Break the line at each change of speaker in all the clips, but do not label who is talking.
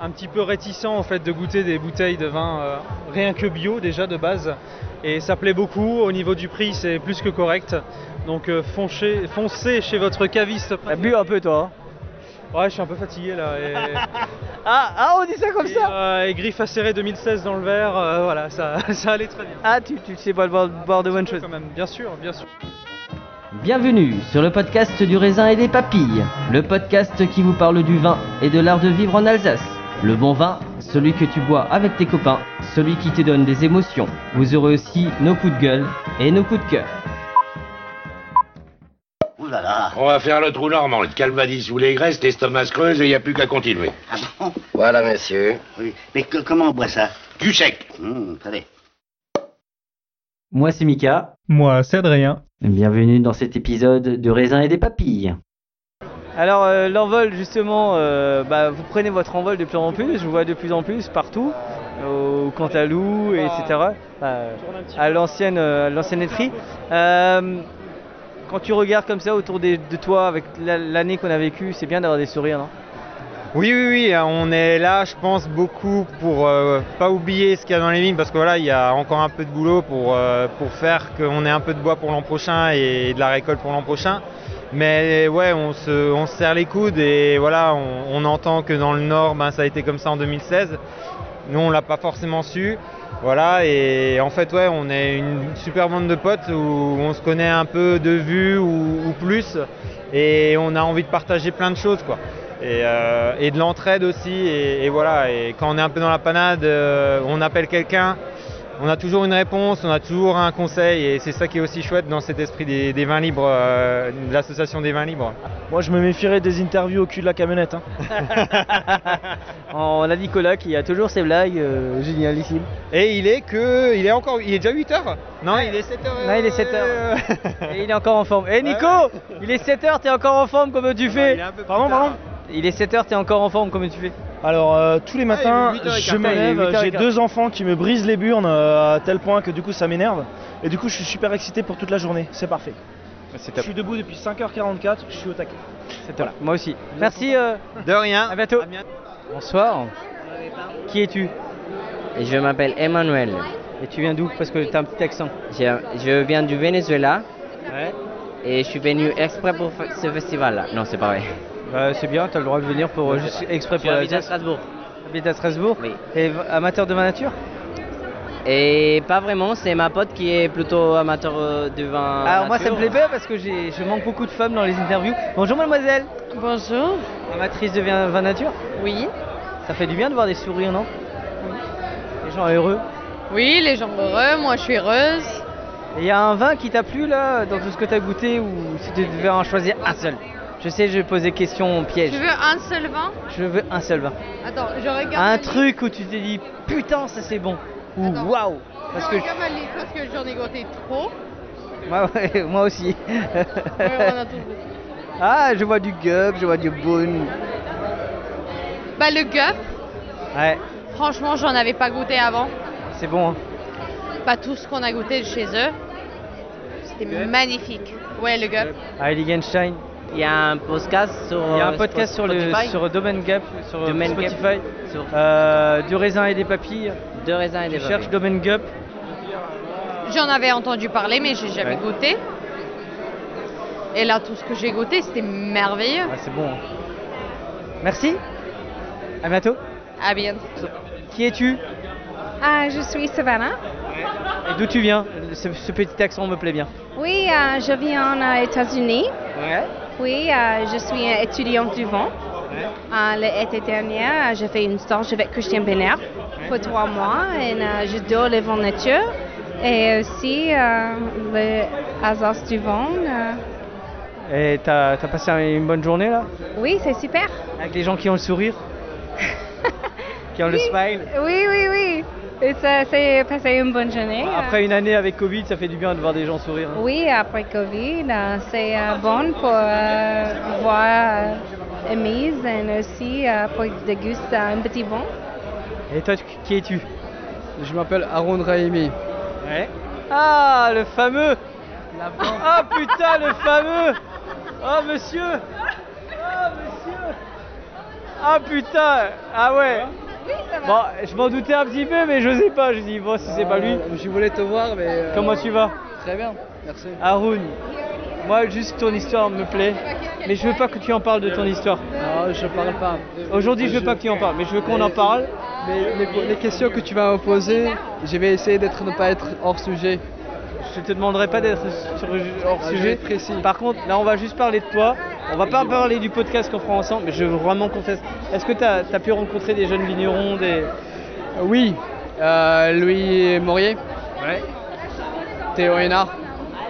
un petit peu réticent en fait de goûter des bouteilles de vin euh, rien que bio déjà de base et ça plaît beaucoup au niveau du prix c'est plus que correct donc euh, foncez, foncez chez votre caviste bu un peu
hein.
toi ouais je suis un peu fatigué là et,
Ah, ah, on dit ça comme
et,
ça
euh, et griffe acérée 2016 dans le verre euh, voilà ça, ça allait très bien
Ah, tu, tu sais pas le bord, bord de bonnes choses.
quand même bien sûr bien sûr
Bienvenue sur le podcast du raisin et des papilles, le podcast qui vous parle du vin et de l'art de vivre en Alsace. Le bon vin, celui que tu bois avec tes copains, celui qui te donne des émotions. Vous aurez aussi nos coups de gueule et nos coups de cœur.
Ouh là là
On va faire le trou normand, le calvadis sous les graisses, l'estomac se creuse et y a plus qu'à continuer.
Ah bon
Voilà, messieurs.
Oui. Mais que- comment on boit ça
Du sec
Hum, très bien.
Moi, c'est Mika.
moi Euh, c'est Adrien
Bienvenue dans cet épisode de Raisin et des papilles.
Alors, euh, l'envol, justement, euh, bah, vous prenez votre envol de plus en plus, je vous vois de plus en plus partout, au Cantalou, etc. euh, à l'ancienne euh, à l'ancienne laiterie. Euh, quand tu regardes comme ça autour des- de toi avec la- l'année qu'on a vécue, c'est bien d'avoir des sourires, non
Oui, oui, oui, euh, on est là, je pense, beaucoup pour euh, pas oublier ce qu'il y a dans les vignes, parce que voilà, il y a encore un peu de boulot pour, euh, pour faire qu'on ait un peu de bois pour l'an prochain et de la récolte pour l'an prochain. Mais ouais, on se, on se serre les coudes et voilà, on, on entend que dans le Nord, ben, ça a été comme ça en 2016. Nous, on l'a pas forcément su. Voilà, et en fait, ouais, on est une super bande de potes où on se connaît un peu de vue ou, ou plus, et on a envie de partager plein de choses, quoi et, euh, et de l'entraide aussi. Et, et voilà, et quand on est un peu dans la panade, euh, on appelle quelqu'un, on a toujours une réponse, on a toujours un conseil, et c'est ça qui est aussi chouette dans cet esprit des, des vins libres, euh, de l'association des vins libres.
Moi, je me méfierais des interviews au cul de la camionnette. hein. on a Nicolas qui a toujours ses blagues euh, génialissimes.
Et il est que. Il est encore. Il est déjà 8h Non, il est euh, 7h.
Non, il est 7h. Et il est encore en forme. Eh Nico Il est 7h, t'es encore en forme comme tu fais
il est un peu plus
Pardon,
tard.
pardon Il est 7h, t'es encore en forme comme tu fais
Alors euh, tous les matins,
Ah, il est huit heures et
je
quart.
me
Ah, il est huit
lève,
heures et
j'ai
quart.
deux enfants qui me brisent les burnes euh, à tel point que du coup ça m'énerve. Et du coup je suis super excité pour toute la journée, c'est parfait. Je suis debout depuis 5h44, je suis au taquet.
C'est toi. Moi aussi. Merci, euh,
De rien.
à bientôt. Bonsoir. Qui es-tu
Et je m'appelle Emmanuel.
Et tu viens d'où Parce que t'as un petit accent.
Je, je viens du Venezuela
Ouais.
et je suis venu exprès pour fa- ce festival-là. Non, c'est pas vrai.
Bah, c'est bien, t'as le droit de venir pour, euh, juste exprès pour
Je
la
habite à
Jazz.
Strasbourg.
Habite à Strasbourg
Oui.
Et v- amateur de ma nature
Et pas vraiment, c'est ma pote qui est plutôt amateur euh, de vin.
Alors Ah, moi ça me
nature.
plaît pas parce que j'ai- je manque beaucoup de femmes dans les interviews. Bonjour mademoiselle
Bonjour.
Amatrice de vin, vin nature
Oui.
Ça fait du bien de voir des sourires, non Les gens heureux.
Oui, les gens heureux, moi je suis heureuse.
Il y a un vin qui t'a plu là, dans tout ce que t'as goûté, ou si tu devais en choisir un seul Je sais, je vais poser question piège.
Tu veux un seul vin
Je veux un seul vin.
Attends, je regarde. ma
Un
liste.
truc où tu t'es dit putain, ça c'est bon. Ou
Attends.
waouh Parce
Je
que
regarde ma liste parce que j'en ai goûté trop.
moi, ouais, moi aussi.
Ouais, on a tout goûté.
Ah, je vois du Gup, je vois du Boone.
Bah, le gup,
Ouais,
franchement, j'en avais pas goûté avant.
c'est bon. hein.
Pas tout ce qu'on a goûté de chez eux. C'était
Gup.
magnifique. Ouais, le gup.
Ah, Ligenstein.
Il y a un podcast sur. euh,
Il y a un podcast sur le
Spotify.
sur Domaine Gap sur
Domaine Gap.
Spotify. Euh, du raisin et des papilles.
De raisin et des
Je
papilles.
cherche Domaine Gap.
J'en avais entendu parler, mais j'ai jamais
Ouais.
goûté. Et là, tout ce que j'ai goûté, c'était merveilleux.
Ah, c'est bon. hein. Merci. À bientôt.
Ah bien.
Qui es-tu
Ah, je suis Savannah.
et d'où tu viens ce, ce petit accent me plaît bien.
Oui, euh, je viens aux États-Unis.
Ouais.
Oui, euh, je suis étudiante du vent. Euh, L'été dernier, euh, j'ai fait une stage avec Christian Benner pour trois mois et euh, j'adore le vent nature et aussi euh, le hasard du vent. euh.
Et t'as t'as passé une bonne journée là
Oui, c'est super.
Avec les gens qui ont le sourire Qui ont le
Oui.
smile
Oui, oui, oui. Et ça s'est passé une bonne journée.
Après une année avec Covid, ça fait du bien de voir des gens sourire. hein.
Oui, après Covid, euh, c'est euh, bon pour euh, voir euh, Amise et aussi euh, pour déguster un petit bon.
Et toi, tu- qui es-tu
Je m'appelle Aaron Raimi.
Ouais. Ah, le fameux Ah putain, le fameux Oh monsieur Ah monsieur Ah putain Ah ouais Bon, je m'en doutais un petit peu, mais je sais pas. Je dis, bon, si c'est pas lui.
Je voulais te voir, mais. euh,
Comment tu vas
Très bien, merci.
Haroun, moi, juste ton histoire me plaît. Mais je veux pas que tu en parles de ton histoire.
Non, Ah, je parle pas.
Aujourd'hui, je veux pas que tu en parles, mais je veux qu'on en parle.
Mais les, les questions que tu vas me poser, je vais essayer d'être ne pas être hors sujet.
Je te demanderai pas d'être sur- hors
Ah, je vais
sujet.
être précis.
Par contre, là, on va juste parler de toi. On va pas parler du podcast qu'on fera ensemble, mais je veux vraiment qu'on fasse. Est-ce que tu as, pu rencontrer des jeunes vignerons des...
Oui, euh, Louis Maurier. Ouais. Théo Hénard.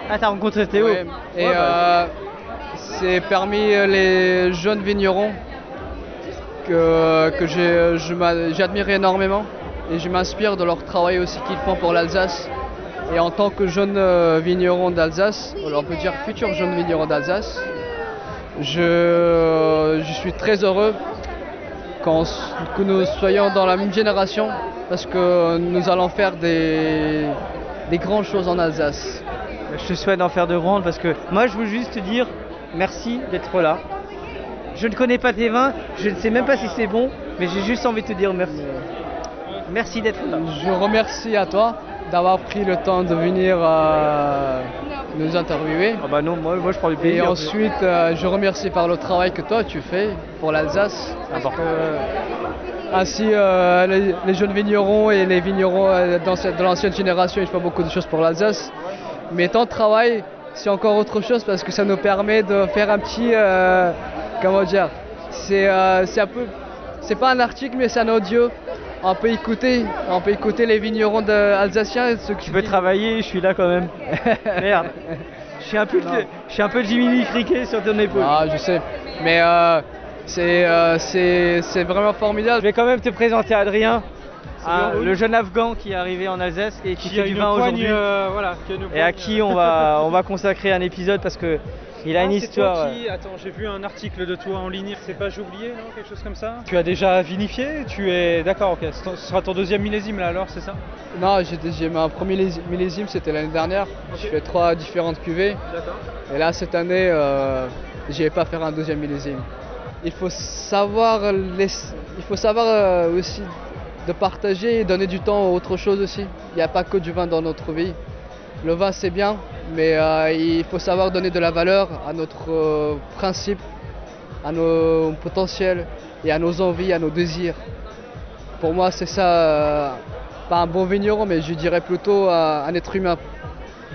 Ah, t'as rencontré Théo
Ouais. Et
Ouais, bah.
euh, c'est parmi les jeunes vignerons que, que j'ai- je m'a- j'admire énormément et je m'inspire de leur travail aussi qu'ils font pour l'Alsace. Et en tant que jeune euh, vigneron d'Alsace, alors on peut dire futur jeune vigneron d'Alsace, je, je suis très heureux quand, que nous soyons dans la même génération parce que nous allons faire des, des grandes choses en Alsace.
Je te souhaite d'en faire de grandes parce que moi, je veux juste te dire merci d'être là. Je ne connais pas tes vins, je ne sais même pas si c'est bon, mais j'ai juste envie de te dire merci. Merci d'être là.
Je remercie à toi d'avoir pris le temps de venir euh, nous interviewer.
Ah bah non, moi, je prends du
Et
plaisir.
ensuite, euh, je remercie par le travail que toi tu fais pour l'Alsace.
Ah bah.
Parce euh, que, ainsi, euh, les, les jeunes vignerons et les vignerons euh, dans cette- de l'ancienne génération, ils font beaucoup de choses pour l'Alsace. Mais ton travail, c'est encore autre chose parce que ça nous permet de faire un petit. euh, comment dire C'est euh, c'est un peu. C'est pas un article, mais c'est un audio. On peut écouter, on peut écouter les vignerons de- alsaciens. Ceux qui
Je peux travailler, je suis là quand même. Merde. Je suis un peu, je suis un peu Jiminy Cricket sur ton épaule.
Ah, je sais. Mais euh, c'est euh, c'est c'est vraiment formidable.
Je vais quand même te présenter Adrien, hein,
bien, oui.
le jeune Afghan qui est arrivé en Alsace et qui,
Qui
fait
a
du
une
vin
poigne,
aujourd'hui.
euh, voilà, qui a une
et à
poigne,
qui
euh.
on va, on va consacrer un épisode parce que il a
Ah,
une
c'est toi
histoire.
qui- Attends, j'ai vu un article de toi en ligne, c'est pas j'ai oublié, non Quelque chose comme ça
Tu as déjà vinifié Tu es d'accord Ok. Ce sera ton deuxième millésime là alors, c'est ça Non, j'ai j'ai ma premier lés- millésime, c'était l'année dernière. J'ai fait trois différentes cuvées.
D'accord.
Et là, cette année, euh, j'ai pas faire un deuxième millésime. Il faut savoir laisser- il faut savoir euh, aussi de partager et donner du temps à autre chose aussi. Il n'y a pas que du vin dans notre vie. Le vin c'est bien, mais euh, il faut savoir donner de la valeur à notre euh, principe, à nos potentiels et à nos envies, à nos désirs. Pour moi, c'est ça, euh, pas un bon vigneron, mais je dirais plutôt euh, un être humain.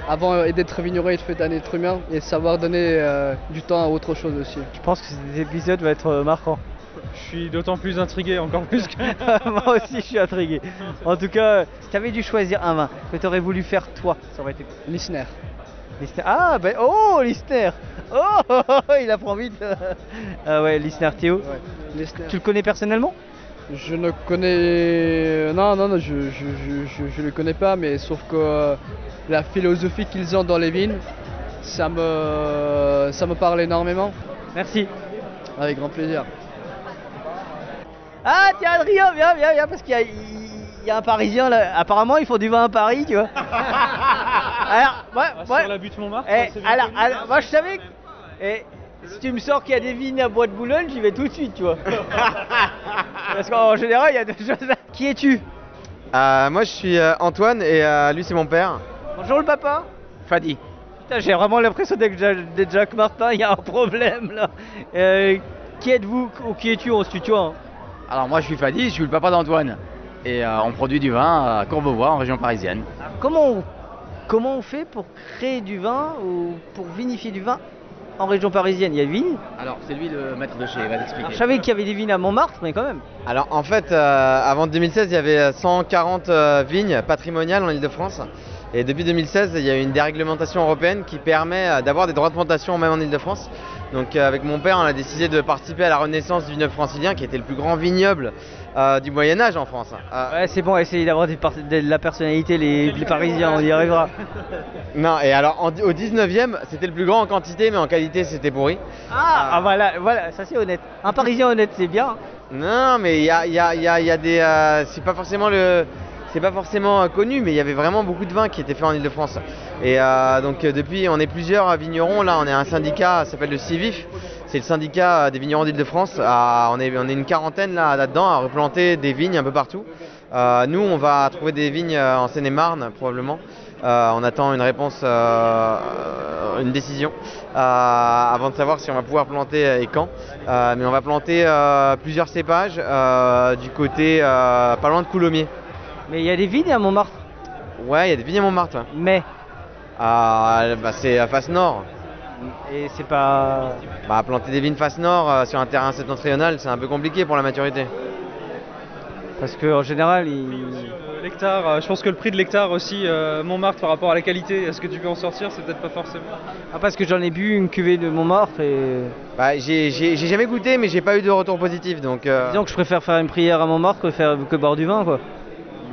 Avant euh, d'être vigneron, il faut être un être humain et savoir donner euh, du temps à autre chose aussi.
Je pense que cet épisode va être euh, marquant.
Je suis d'autant plus intrigué, encore plus que.
Moi aussi, je suis intrigué. En tout cas, euh, si t'avais dû choisir un vin que t'aurais voulu faire toi, ça aurait été.
Listener.
Ah, ben oh, Listener Oh, il apprend vite Ah ouais, Listener Théo. Tu le connais personnellement
Je ne connais. Non, non, non, je ne je, je- je- je le connais pas, mais sauf que euh, la philosophie qu'ils ont dans les vignes, ça me, ça me parle énormément.
Merci.
Avec grand plaisir.
Ah tiens Adrien, viens, viens, viens, parce qu'il y a, il y a un Parisien là. Euh, Apparemment ils font du vin à Paris, tu vois. alors, ouais, ouais.
Ah, Sur la butte Montmartre, hein,
Eh,
c'est bien
alors,
connu.
alors, moi je savais. que- eh, si tu me sors qu'il y a des vignes à Bois de Boulogne, j'y vais tout de suite, tu vois. parce qu'en général, il y a deux choses. à- Qui es-tu
Euh, moi, je suis euh, Antoine et euh, lui, c'est mon père.
Bonjour le papa.
Fadi.
Putain, j'ai vraiment l'impression d'être Ja- d'être Jacques Martin, il y a un problème là. Euh, qui êtes-vous ou qui es-tu On se tutoie. hein.
Alors moi je suis Fadi, je suis le papa d'Antoine. Et euh, on produit du vin à Courbevoie en région parisienne.
Comment on, comment on fait pour créer du vin ou pour vinifier du vin en région parisienne Il y a une vignes
Alors c'est lui le maître de chez, il va t'expliquer.
Alors, Je savais qu'il y avait des vignes à Montmartre, mais quand même.
Alors, en fait, euh, avant 2016, il y avait euh, 140 euh, vignes patrimoniales en Ile-de-France. Et depuis 2016, il y a eu une déréglementation européenne qui permet euh, d'avoir des droits de plantation même en Ile-de-France. Donc, euh, avec mon père, on a décidé de participer à la renaissance du vignoble francilien, qui était le plus grand vignoble euh, du Moyen-Âge en France. Euh,
Ouais, c'est bon, essayez d'avoir des par- de la personnalité, les, les Parisiens, on y arrivera.
Non, et alors en- au 19e, c'était le plus grand en quantité, mais en qualité, c'était pourri.
Ah, ah, voilà, voilà, ça c'est honnête. Un Parisien honnête, c'est bien.
Non, mais il y a, il y a- il y a- il y a des. euh, c'est pas forcément le. C'est pas forcément euh, connu, mais il y avait vraiment beaucoup de vins qui étaient faits en Ile-de-France. Et euh, donc euh, depuis, on est plusieurs euh, vignerons. Là, on est un syndicat, ça s'appelle le CIVIF. C'est le syndicat euh, des vignerons d'Ile-de-France. Ah, on, est, on est une quarantaine là- là-dedans à replanter des vignes un peu partout. Euh, nous, on va trouver des vignes euh, en Seine-et-Marne, probablement. Euh, on attend une réponse, euh, une décision, euh, avant de savoir si on va pouvoir planter et quand. Euh, mais on va planter euh, plusieurs cépages euh, du côté, euh, pas loin de Coulommiers.
Mais il y a des vignes à Montmartre
Ouais, il y a des vignes à Montmartre. ouais.
Mais
Ah, bah, C'est à face nord.
Et c'est pas.
Bah, planter des vignes face nord euh, sur un terrain septentrional, c'est un peu compliqué pour la maturité.
Parce qu'en général, il...
L'hectare, euh, je pense que le prix de l'hectare aussi, euh, Montmartre par rapport à la qualité, est-ce que tu peux en sortir C'est peut-être pas forcément.
Ah, parce que j'en ai bu une cuvée de Montmartre et.
Bah, j'ai j'ai- j'ai jamais goûté, mais j'ai pas eu de retour positif. Donc, euh,
Disons que je préfère faire une prière à Montmartre que, faire... que boire du vin, quoi.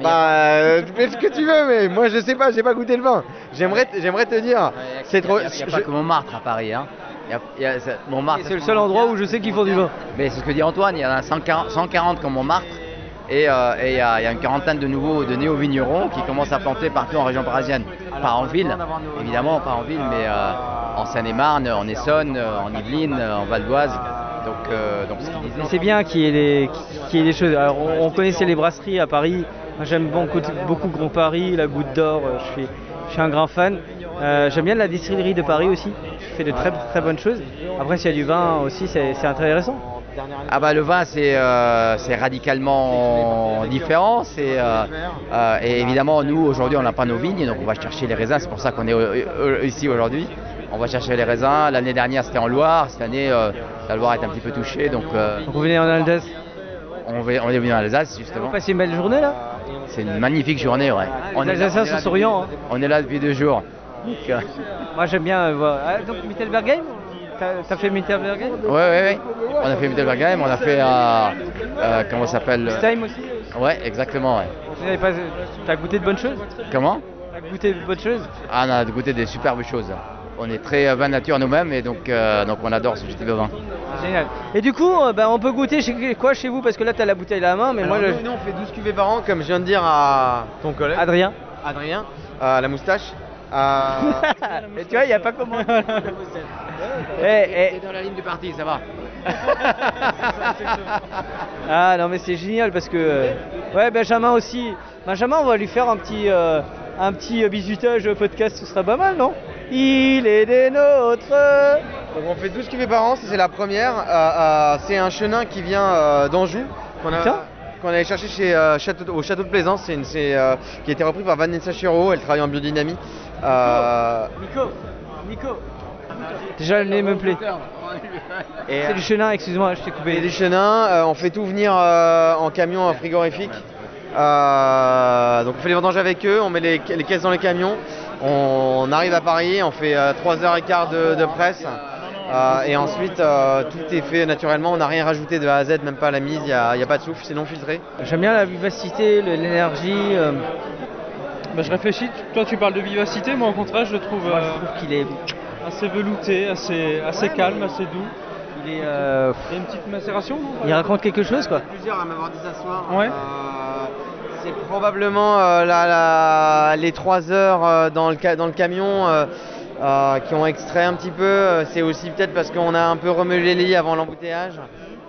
Bah, euh, tu fais ce que tu veux, mais moi je sais pas, j'ai pas goûté le vin. J'aimerais, te- j'aimerais te dire, c'est trop.
Il n'y a, pas que Montmartre à Paris. Hein. Il y a- il y a- ça- Montmartre,
Et
ça
c'est le
se
seul
vend
endroit
bien,
où je sais
ça se
qu'ils font
vend
du
bien.
vin.
Mais c'est ce que dit Antoine, il y en a 140, 140 comme Montmartre. Et euh, et il y, a il y a une quarantaine de nouveaux de néo-vignerons qui commencent à planter partout en région parisienne. Pas en ville, évidemment, pas en ville, mais euh, en Seine-et-Marne, en Essonne, euh, en Yvelines, euh, en Val d'Oise. Donc, euh, donc ce qu'ils disent-
Mais c'est bien qu'il y, ait des- qu'il y ait des choses. Alors, on, on connaissait les brasseries à Paris. Moi, j'aime beaucoup, beaucoup Grand Paris, la Goutte d'Or. euh, Je suis, je suis un grand fan. Euh, j'aime bien la distillerie de Paris aussi. qui fait de très, très bonnes choses. Après, s'il y a du vin aussi, c'est c'est intéressant.
Ah bah le vin c'est euh, c'est radicalement différent, c'est euh, euh, et évidemment nous aujourd'hui on n'a pas nos vignes donc on va chercher les raisins, c'est pour ça qu'on est euh, euh, ici aujourd'hui. On va chercher les raisins, l'année dernière c'était en Loire, cette année euh, la Loire est un petit peu touchée donc euh,
Vous venez en Alsace
on, va- on est venu en Alsace justement.
Vous passez une belle journée là
C'est une magnifique journée ouais.
les
On est là-
Alsaciens
on est là
sont
depuis-
souriants, hein.
On est là depuis deux jours.
Moi, j'aime bien euh, voir. Ah, donc, Mittelbergheim T'as t'as fait Mittelbergheim
Ouais ouais ouais. On a fait Mittelbergheim, on a fait euh, euh, comment ça s'appelle
Time aussi
Ouais exactement ouais.
Vous n'avez pas- T'as goûté de bonnes choses
Comment
T'as goûté de bonnes choses
Ah, on a goûté des superbes choses. On est très euh, vin nature nous-mêmes et donc, euh, donc on adore ce type de vin.
Génial. Et du coup, euh, bah, on peut goûter chez quoi chez vous Parce que là, t'as la bouteille à la main, mais
Alors,
moi,
nous, nous, on fait 12 cuvées par an, comme je viens de dire à ton collègue.
Adrien.
Adrien, euh, la moustache.
le... Ah. Et tu vois, il n'y a pas comment. Eh,
T'es dans la ligne du parti, ça va.
ah non, mais c'est génial parce que. euh, Ouais, Benjamin aussi. Benjamin, on va lui faire un petit, euh, un petit euh, bisutage podcast, ce serait pas mal, non Il est des nôtres
Donc on fait 12 cuvées par an, ça, c'est la première. Euh, euh, c'est un chenin qui vient euh, d'Anjou, qu'on a,
Putain.
qu'on allait chercher chez, euh, Château- au Château de Plaisance, c'est une- c'est, euh, qui a été repris par Vanessa Chiro, elle travaille en biodynamie. Euh,
Nico Nico Déjà, le nez me plaît.
Et,
C'est du chenin, excuse-moi, je t'ai coupé.
Et du chenin, euh, on fait tout venir euh, en camion, en frigorifique. Euh, donc on fait les vendanges avec eux, on met les, les caisses dans les camions, on, arrive à Paris, on fait euh, 3h15 de, de presse. Euh, et ensuite, euh, tout est fait naturellement, on n'a rien rajouté de A à Z, même pas à la mise, il n'y a, il y a pas de souffle, c'est non filtré.
J'aime bien la vivacité, le- l'énergie. euh,
Bah, je réfléchis, tu- toi tu parles de vivacité, moi au contraire je le trouve, euh,
je trouve qu'il est
assez velouté, assez, assez calme, assez doux.
Et, euh,
Il y a une petite macération non
il raconte quelque chose quoi.
Plusieurs à m'avoir dit ça ce soir.
Ouais.
C'est probablement euh, la- la- les 3 heures euh, dans, le ca- dans le camion euh, euh, qui ont extrait un petit peu. Euh, C'est aussi peut-être parce qu'on a un peu remué les lits avant l'embouteillage.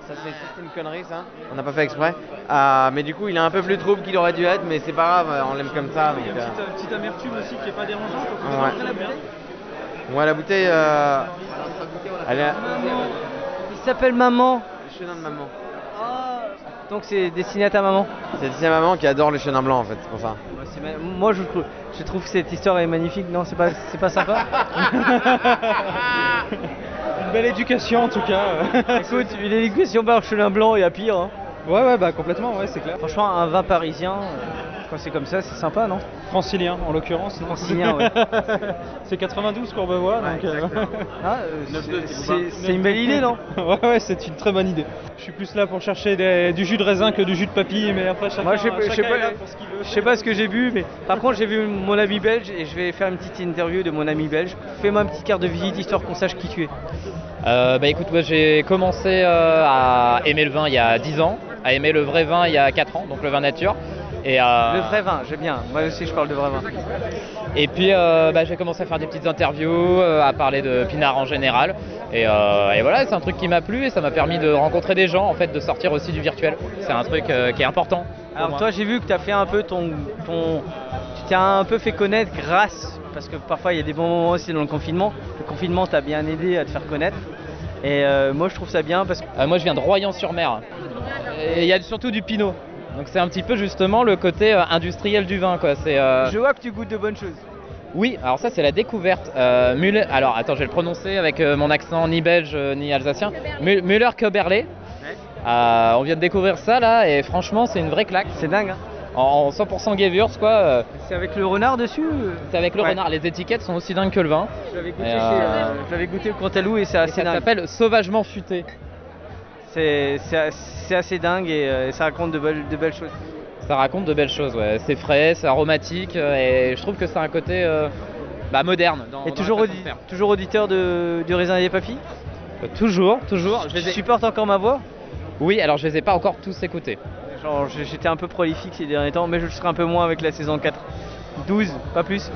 Ça, c'est c'est une connerie, ça. On n'a pas fait exprès. Euh, mais du coup, il est un peu plus trouble qu'il aurait dû être, mais c'est pas grave, euh, on l'aime comme ça.
Il y a
donc,
une
euh,
petite, petite amertume aussi qui est pas dérangeante. au
Ouais.
contraire, après la bouteille.
Moi, la bouteille. euh, elle est-
Il s'appelle Maman.
Le chenin de maman.
Donc c'est destiné à ta maman.
C'est c'est ma maman qui adore le chenin blanc en fait, c'est pour ça.
Ouais, c'est ma- Moi je trouve, je trouve que cette histoire est magnifique. Non, c'est pas, c'est pas sympa.
Une belle éducation en tout cas.
Écoute, une éducation par chenin blanc, il y a pire. hein.
Ouais, ouais, bah complètement, ouais, c'est clair.
Franchement, un vin parisien, euh, quand c'est comme ça, c'est sympa, non
Francilien en l'occurrence. non
Francilien, ouais.
c'est 92 Courbevoie, donc. euh,
Ah, euh, c'est- c'est- c'est une belle idée, non
Ouais, ouais, c'est une très bonne idée. Je suis plus là pour chercher des- du jus de raisin que du jus de papille, mais après chacun,
Moi, je sais pas- je
chacun
sais pas-
est là pour ce qu'il veut.
Je sais pas ce que j'ai bu, mais par contre, j'ai vu mon ami belge et je vais faire une petite interview de mon ami belge. Fais-moi une petite carte de visite histoire qu'on sache qui tu es.
Euh, bah écoute, moi j'ai commencé euh, à aimer le vin il y a 10 ans, à aimer le vrai vin il y a 4 ans, donc le vin nature. Et, euh,
Le vrai vin, j'aime bien. Moi aussi, je parle de vrai vin.
et puis euh, bah, j'ai commencé à faire des petites interviews, euh, à parler de Pinard en général. Et, euh, et voilà, c'est un truc qui m'a plu et ça m'a permis de rencontrer des gens, en fait, de sortir aussi du virtuel. C'est un truc euh, qui est important. pour
Alors
moi.
toi j'ai vu que tu as fait un peu ton, ton... Tu t'es un peu fait connaître grâce, parce que parfois il y a des bons moments aussi dans le confinement. Le confinement t'a bien aidé à te faire connaître. Et euh, moi je trouve ça bien parce que...
Euh, moi je viens de Royan-sur-Mer. Et il y a surtout du Pinot. Donc c'est un petit peu justement le côté euh, industriel du vin, quoi. C'est euh,
Je vois que tu goûtes de bonnes choses.
Oui, alors ça c'est la découverte. Euh, Müller- alors attends, je vais le prononcer avec euh, mon accent ni belge euh, ni alsacien. Müller Köberle. Euh, on vient de découvrir ça là et franchement c'est une vraie claque.
C'est dingue. hein.
En, en 100% Gewürz quoi. euh.
C'est avec le renard dessus euh.
C'est avec le
Ouais.
renard. Les étiquettes sont aussi dingues que le vin.
Je l'avais goûté,
Et,
chez,
euh,
euh, je l'avais goûté au Cantalou et c'est assez
ça
dingue.
s'appelle Sauvagement Futé.
C'est c'est as- c'est assez dingue et euh, ça raconte de belles, de belles choses.
Ça raconte de belles choses, ouais. C'est frais, c'est aromatique euh, et je trouve que c'est un côté euh, bah, moderne. dans-
Et
dans
toujours,
la façon
audi-
de faire. Euh,
toujours auditeur de, du raisin et des papilles
Toujours, toujours.
Tu supportes encore ma voix
Oui, alors je les ai pas encore tous écoutés.
Genre, j'ai- j'étais un peu prolifique ces derniers temps, mais je le serai un peu moins avec la saison 4. 12, pas plus.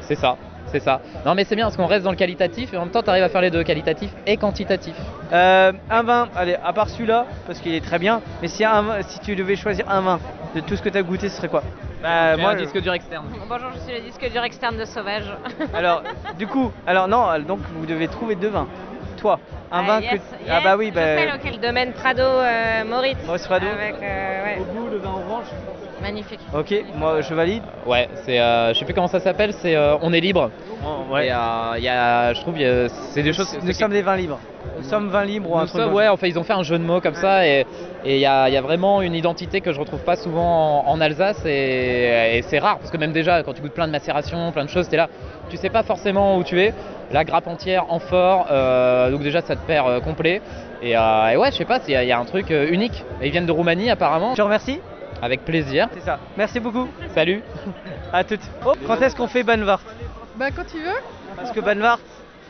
C'est ça, c'est ça. Non mais c'est bien parce qu'on reste dans le qualitatif et en même temps tu arrives à faire les deux, qualitatif et quantitatif.
Euh, un vin, allez, à part celui-là, parce qu'il est très bien, mais si, un vin- si tu devais choisir un vin de tout ce que tu as goûté, ce serait quoi Bah,
Et un disque dur externe.
Bonjour, je suis le disque dur externe de Sauvage.
euh, Alors, du coup, alors non, euh, donc vous devez trouver deux vins. Toi, un
Ah,
vin
yes,
que. ah
yes,
bah oui,
je
bah.
sais lequel domaine Prado euh, Moritz.
Moritz Prado.
Avec, euh, ouais. Au
bout, le vin orange.
Magnifique.
Ok, moi je valide.
Ouais, c'est, euh, je sais plus comment ça s'appelle, c'est euh, on est libre.
ouais.
Et, euh, il y a, je trouve, il y a- c'est des choses.
Nous sommes des vins libres. Nous sommes vins libres ou un
Nous
truc.
sommes-
dans le
ouais, enfin ils ont fait un jeu de mots comme ça et et il y a, il y a vraiment une identité que je retrouve pas souvent en, en Alsace et, et c'est rare parce que même déjà quand tu goûtes plein de macérations, plein de choses, t'es là, tu sais pas forcément où tu es. La grappe entière en fort, euh, donc déjà ça te perd euh, complet. Et, euh, et ouais, je sais pas, il y, a- il y a un truc euh, unique. Et ils viennent de Roumanie apparemment. Je
te remercie.
Avec plaisir.
C'est ça. Merci beaucoup.
Salut.
à toutes. Oh, quand est-ce qu'on fait Banvart
Bah quand tu veux.
Parce que Banvart,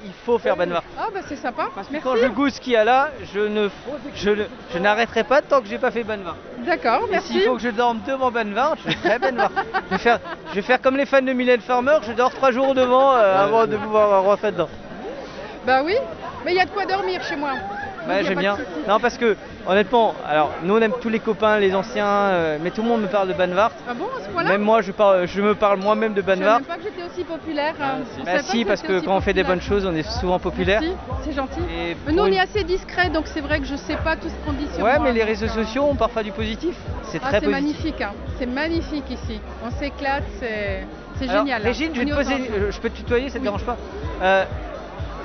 il faut faire Banvart.
Ah bah c'est sympa. Merci.
Quand je goûte ce qu'il y a là, je ne, je, ne- je n'arrêterai pas tant que j'ai pas fait Banvart.
D'accord,
Et s'il
merci.
faut que je dorme devant Banvart, je ferai Banvart. je, vais faire, je vais faire comme les fans de Mylène Farmer, je dors trois jours devant euh, avant de pouvoir euh, rentrer dedans.
Bah oui, mais il y a de quoi dormir chez moi. Donc, y
Ouais, Bah,
a
j'aime
pas de
bien.
souci.
Non, parce que honnêtement, alors nous on aime tous les copains, les anciens, euh, mais tout le monde me parle de Banvart.
Ah bon, à ce point-là
Même moi, je, parle, je me parle moi-même de
Je savais
Banvart.
même pas que j'étais aussi populaire. hein. Je
Bah
savais pas
si, parce
j'étais
que
aussi
quand on fait des bonnes
populaire.
choses, on est souvent populaire.
Merci, c'est gentil. Mais nous on est assez discret, donc c'est vrai que je sais pas tout ce qu'on dit sur
Ouais,
moi. euh,
mais les réseaux sociaux ont parfois du positif. C'est
Ah,
très
c'est
positif.
magnifique, hein. c'est magnifique ici. On s'éclate, c'est c'est
Alors,
génial. hein.
Régine, je
On
vais, te
est
poser,
autant.
euh, je peux te tutoyer, ça te dérange pas Euh,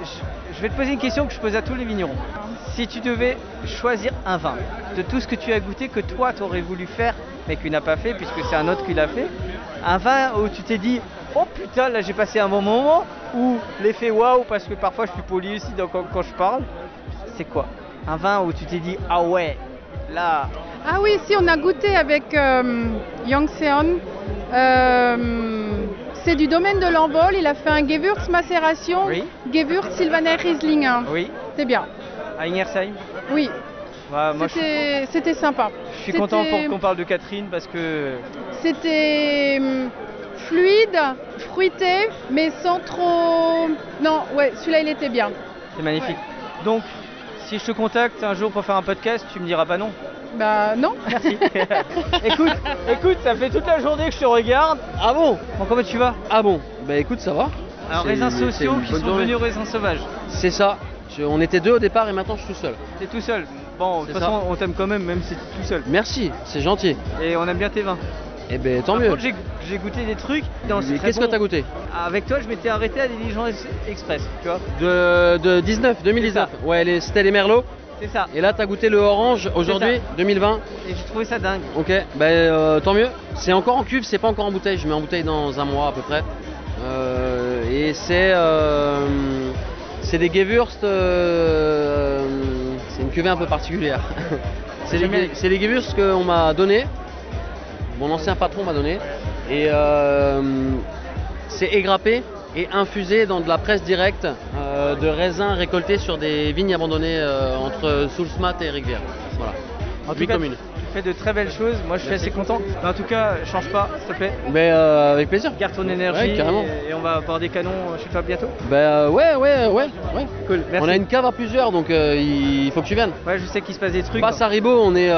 je, je vais te poser une question que je pose à tous les vignerons. Si tu devais choisir un vin de tout ce que tu as goûté, que toi tu aurais voulu faire, mais que tu n'as pas fait, puisque c'est un autre qui l'a fait, un vin où tu t'es dit Oh putain, là j'ai passé un bon moment, ou l'effet waouh, parce que parfois je suis poli aussi donc, quand, quand je parle, c'est quoi Un vin où tu t'es dit Ah ouais, là.
Ah oui, si, on a goûté avec euh, Yang Seon. Euh, c'est du domaine de l'envol. Il a fait un Gewürz macération.
Oui.
Gewürz Sylvaner Riesling. hein.
Oui.
C'est bien.
à Ingersheim
Oui,
Ouais, Ah, moi, je suis-
c'était c'était sympa.
je suis content pour
C'était-
qu'on parle de Catherine parce que
C'était hum, fluide, fruité, mais sans trop. Non, ouais, celui-là il était bien.
c'est magnifique. Donc, si je te contacte un jour pour faire un podcast, tu me diras pas non.
Bah non.
Merci. écoute, écoute, ça fait toute la journée que je te regarde. Ah bon comment tu vas
Ah bon Bah écoute, ça va.
Alors,
C'est-
raisins
c'est une
sociaux qui
bonne
sont
journée.
devenus raisins sauvages.
C'est ça. Je- on était deux au départ et maintenant je suis tout seul.
T'es tout seul. Bon, de toute
C'est
façon,
ça.
on t'aime quand même, même si t'es tout seul.
Merci, c'est gentil.
Et on aime bien tes vins.
Eh ben tant
Par
mieux.
contre, j'ai- j'ai goûté des trucs.
Mais Qu'est-ce que t'as goûté
Avec toi, je m'étais arrêté à des Diligence Ex- Express, tu vois.
de, de 19, 2019. Ouais, les- c'était les merlots.
C'est ça.
Et là, t'as goûté le orange aujourd'hui,
ça.
2020.
Et j'ai trouvé ça dingue.
Ok, bah euh, tant mieux. C'est encore en cuve, c'est pas encore en bouteille. Je mets en bouteille dans un mois à peu près. Euh, et c'est euh, c'est des Gewürzt. euh, c'est une cuvée un peu particulière. c'est des,
J'aime bien.
Ge- c'est des Gewürzt qu'on m'a donné. Mon ancien patron m'a donné. Et euh, c'est égrappé et infusé dans de la presse directe euh, de raisins récoltés sur des vignes abandonnées euh, entre Soulsmat et Rivière. Voilà.
En tout
Huit
cas,
communes.
tu fais de très belles choses. Moi, je suis
Merci.
assez content. Mais en tout cas, change pas, s'il te plaît.
Mais euh, avec plaisir.
Garde ton énergie.
Ouais, carrément.
Et, et on va avoir des canons chez toi bientôt.
Bah euh, ouais, ouais, ouais, ouais.
Cool. Merci.
On a une cave à plusieurs, donc euh, il faut que tu viennes.
Ouais, je sais qu'il se passe des trucs.
Passe à Ribot, on est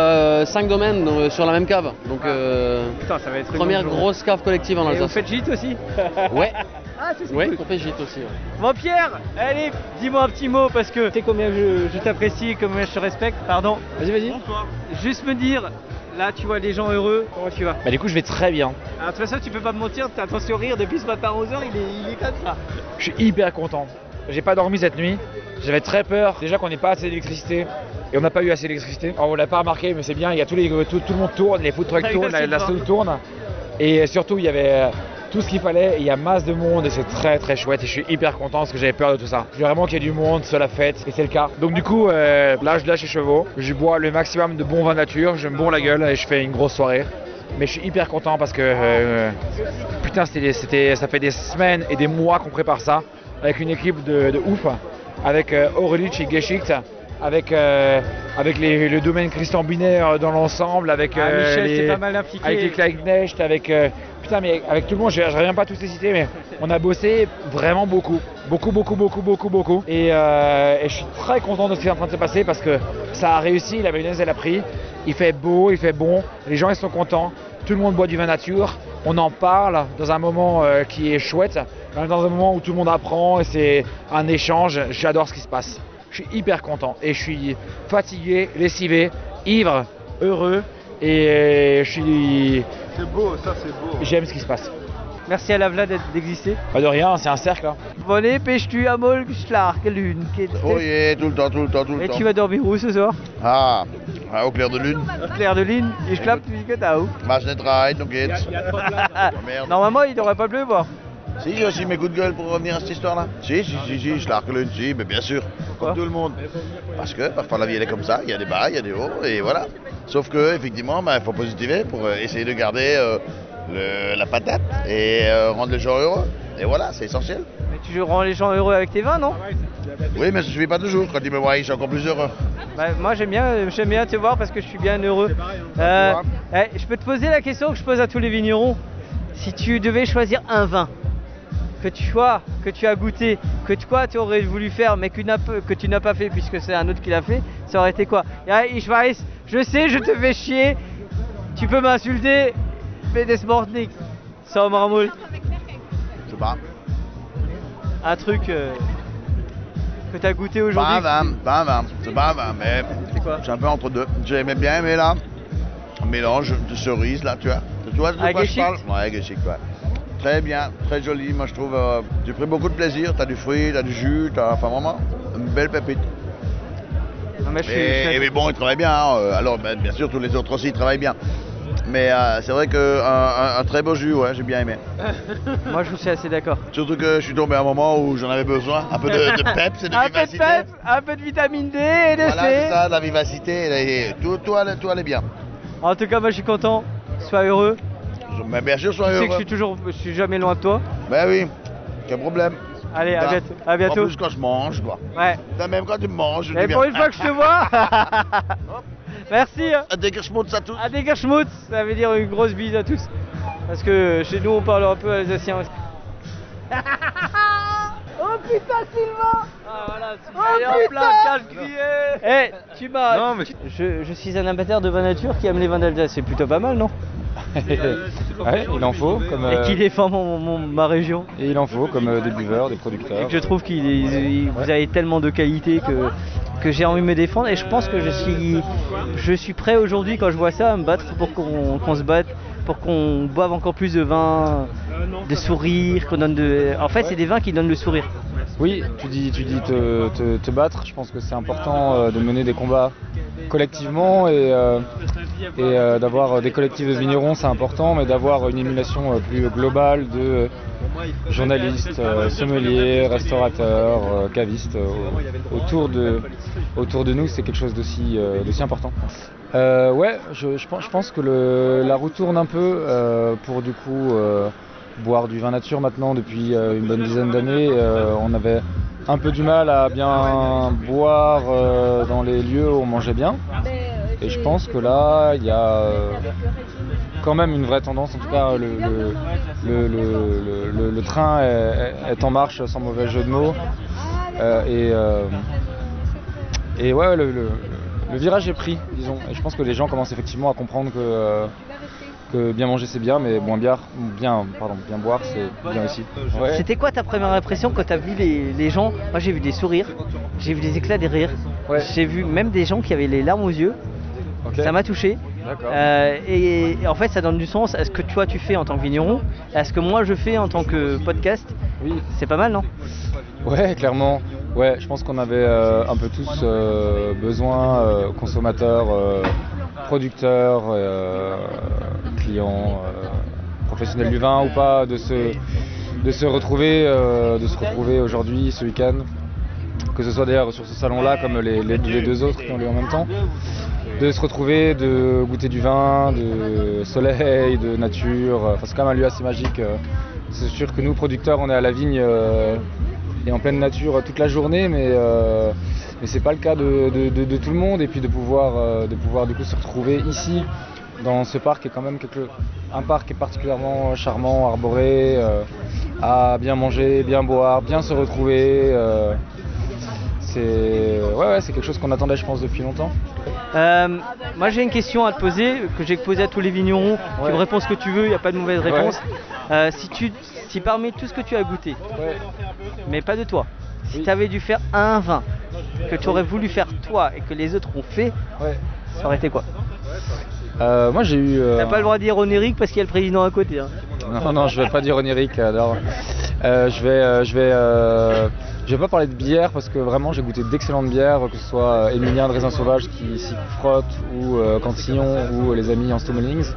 5 domaines euh, sur la même cave. Donc euh,
Ah. Putain, ça va être une
première
longue journée.
grosse cave collective en
Et vous
Alsace.
faites gîte aussi
Ouais.
Ah, ça, c'est
Ouais,
cool.
on fait gîte aussi. ouais.
Bon Pierre, allez, dis-moi un petit mot parce que tu sais combien je, je t'apprécie, combien je te respecte, pardon.
Vas-y, vas-y.
Juste me dire, là tu vois des gens heureux, comment tu vas
Bah du coup je vais très bien.
Alors, de toute façon, tu peux pas me mentir, t'as ton sourire depuis ce matin aux heures, il est, il est comme ça.
Je suis hyper content. J'ai pas dormi cette nuit. J'avais très peur. Déjà qu'on n'ait pas assez d'électricité. Et on n'a pas eu assez d'électricité. Alors, On l'a pas remarqué, mais c'est bien. Il y a tous les, tout, tout le monde tourne, les food trucks
Ouais,
tournent, la,
c'est
la
ça.
salle tourne. Et surtout, il y avait euh, tout ce qu'il fallait. et Il y a masse de monde et c'est très très chouette. Et je suis hyper content parce que j'avais peur de tout ça. Je veux vraiment qu'il y ait du monde, c'est la fête. Et c'est le cas. Donc du coup, euh, là, je lâche les chevaux. Je bois le maximum de bons vins nature. Je me bourre la gueule et je fais une grosse soirée. Mais je suis hyper content parce que euh, putain, c'était, c'était- ça fait des semaines et des mois qu'on prépare ça avec une équipe de, de ouf, avec euh, Aurelich et Geschicht, avec, euh, avec les- le domaine Christian Binaire dans l'ensemble, avec, euh,
Ah, Michel,
les-
c'est pas mal impliqué.
avec les Kleidknecht, avec, euh, putain, mais avec tout le monde, je, je reviens pas tous les citer, mais on a bossé vraiment beaucoup, beaucoup, beaucoup, beaucoup, beaucoup, beaucoup. Et, euh, et je suis très content de ce qui est en train de se passer parce que ça a réussi, la mayonnaise elle a pris, il fait beau, il fait bon, les gens ils sont contents, tout le monde boit du vin nature, on en parle dans un moment euh, qui est chouette, dans un moment où tout le monde apprend et c'est un échange, j'adore ce qui se passe. Je suis hyper content et je suis fatigué, lessivé, ivre, heureux et euh, je suis...
C'est beau, ça c'est beau.
J'aime ce qui se passe.
Merci à la Vlad d'être- d'exister.
Pas de rien, c'est un cercle. hein.
Bonne pêche-tu à Molgschlark, lune.
Oh yeah, tout le temps, tout le temps, tout le
Et
temps.
tu vas dormir où ce soir
Ah, ah, au clair de lune. Bah,
Clair de lune, ich glaub, du geht auch.
Mach's nicht rein, donc geht's.
Normalement, il devrait pas pleuvoir.
Si, j'ai aussi mes coups de gueule pour revenir à cette histoire-là. Si, si, si, si, je la recule, si, mais bien sûr, comme tout le monde. Parce que parfois la vie elle est comme ça, il y a des bas, il y a des hauts, et voilà. Sauf que, effectivement, il faut positiver pour euh, essayer de garder euh, le- la patate et euh, rendre les gens heureux. Et voilà, c'est essentiel.
Mais tu rends les gens heureux avec tes vins, non
Oui, mais ça suffit pas toujours. Quand ils me voient, ils sont encore plus heureux.
Bah, moi j'aime bien, j'aime bien te voir parce que je suis bien heureux.
hein.
Euh, eh, je peux te poser la question que je pose à tous les vignerons. Si tu devais choisir un vin que tu as, que tu as goûté, que toi tu aurais voulu faire mais que, tu n'as pas- que tu n'as pas fait puisque c'est un autre qui l'a fait, ça aurait été quoi Ah, Ich weiß, je sais, je te fais chier, tu peux m'insulter, mais des Mortnik, ça marmoule.
Je sais pas.
Un truc euh, que tu as goûté aujourd'hui.
Pas un vin, pas un vin, c'est pas un vin, mais c'est un peu entre deux. J'aimais bien aimé là, un mélange de cerises là, tu vois. Tu vois de quoi je
Agueschicht
parle Ouais, Agueschicht, ouais. Très bien, très joli, moi je trouve. euh, j'ai pris beaucoup de plaisir, t'as du fruit, t'as du jus, t'as enfin vraiment une belle pépite.
Non, mais je suis- je
Mais,
suis-
mais bon, il travaille bien, hein, euh, alors ben, bien sûr tous les autres aussi ils travaillent bien. Mais euh, c'est vrai qu'un un, un très beau jus, ouais, j'ai bien aimé.
Moi je suis assez d'accord.
Surtout que je suis tombé à un moment où j'en avais besoin, un peu de, de peps et de
un peu de
vivacité.
peps, un peu de vitamine D et de
Voilà,
C.
c'est ça, de la vivacité, et tout, tout, allait, tout allait bien.
En tout cas, moi je suis content. Sois heureux.
Mais Ben, bien sûr, sois
tu
heureux.
sais que je suis toujours, je suis jamais loin de toi.
Ben oui, quel problème.
Allez, à
Bah,
bientôt. À bientôt.
En plus, quand je mange, quoi.
Ouais.
même quand tu me manges, je
Et
deviens-
pour une fois que je te vois Merci hein.
À des à tous
À des ça veut dire une grosse bise à tous. Parce que chez nous, on parle un peu alsacien aussi.
oh putain, Sylvain
Ah voilà, Sylvain
oh,
est en
putain
plein Eh, tu m'as. Non, mais... je, je suis un amatteur de vin nature qui aime les vins d'Alsace. C'est plutôt pas mal, non
Ouais, il en faut
hein.
comme
Et
euh,
qui défend mon, mon- ma région.
et il en faut comme euh, des buveurs, des producteurs.
Et que je trouve qu'il il- vous avez tellement de qualité que, que j'ai envie de me défendre. Et je pense que je suis, je suis prêt aujourd'hui, quand je vois ça, à me battre pour qu'on qu'on se batte, pour qu'on boive encore plus de vin, de sourire, qu'on donne de. En fait, c'est des vins qui donnent le sourire.
Oui, tu dis, tu dis te, te- te battre. Je pense que c'est important euh, de mener des combats collectivement et, euh, et, euh, d'avoir des collectifs de vignerons, c'est important, mais d'avoir une émulation euh, plus globale de euh, journalistes, euh, sommeliers, restaurateurs, euh, cavistes euh, autour, de, autour de nous, c'est quelque chose d'aussi euh, d'aussi important. Euh, ouais, je, je pense, je pense que le- la roue tourne un peu euh, pour du coup euh, boire du vin nature maintenant depuis euh, une bonne dizaine d'années. Euh, on avait un peu du mal à bien boire euh, dans les lieux où on mangeait bien. Et je pense que là, il y a euh, quand même une vraie tendance. En tout cas, le, le- le- le- le- le train est, est en marche, sans mauvais jeu de mots. Euh, et, euh, et ouais, le, le- le virage est pris, disons. Et je pense que les gens commencent effectivement à comprendre que, euh, que bien manger, c'est bien, mais bon, bien, bien, pardon, bien boire, c'est bien aussi. Ouais.
C'était quoi ta première impression quand t'as vu les, les gens Moi j'ai vu des sourires, j'ai vu des éclats de rire, j'ai vu même des gens qui avaient les larmes aux yeux. Ça m'a touché.
D'accord.
Euh, et, et en fait, ça donne du sens à ce que toi tu fais en tant que vigneron, à ce que moi je fais en tant que podcast.
Oui.
C'est pas mal, non
Ouais, clairement. Ouais, je pense qu'on avait euh, un peu tous euh, besoin, euh, consommateurs, euh, producteurs, euh, clients, euh, professionnels du vin ou pas, de se, de se retrouver, euh, de se retrouver aujourd'hui, ce week-end. Que ce soit d'ailleurs sur ce salon-là, comme les, les- les deux autres qui ont lieu en même temps, de se retrouver, de goûter du vin, de soleil, de nature. Enfin, c'est quand même un lieu assez magique. euh. C'est sûr que nous, producteurs, on est à la vigne euh, et en pleine nature euh, toute la journée, mais, euh, mais c'est pas le cas de, de- de- de tout le monde. Et puis de pouvoir, euh, de pouvoir du coup se retrouver ici, dans ce parc, qui est quand même quelque- un parc qui est particulièrement charmant, arboré, euh, à bien manger, bien boire, bien se retrouver. euh, c'est ouais, ouais, c'est quelque chose qu'on attendait, je pense, depuis longtemps.
Euh, moi j'ai une question à te poser, que j'ai posée à tous les vignerons. Tu me réponds ce que tu veux, il n'y a pas de mauvaise réponse. Euh, si, tu, si parmi tout ce que tu as goûté, mais pas de toi, si tu avais dû faire un vin que tu aurais voulu faire toi et que les autres ont fait, ça aurait été quoi
Euh, moi, j'ai eu. euh,
T'as pas le droit de dire Onéric parce qu'il y a le président à côté. hein.
Non, non, je vais pas dire onirique. Alors, Euh, je vais, euh, je vais, euh, je vais pas parler de bière parce que vraiment j'ai goûté d'excellentes bières, que ce soit euh, Émilien de raisin sauvage qui s'y frotte ou euh, Cantillon ou euh, les amis en Stummelings.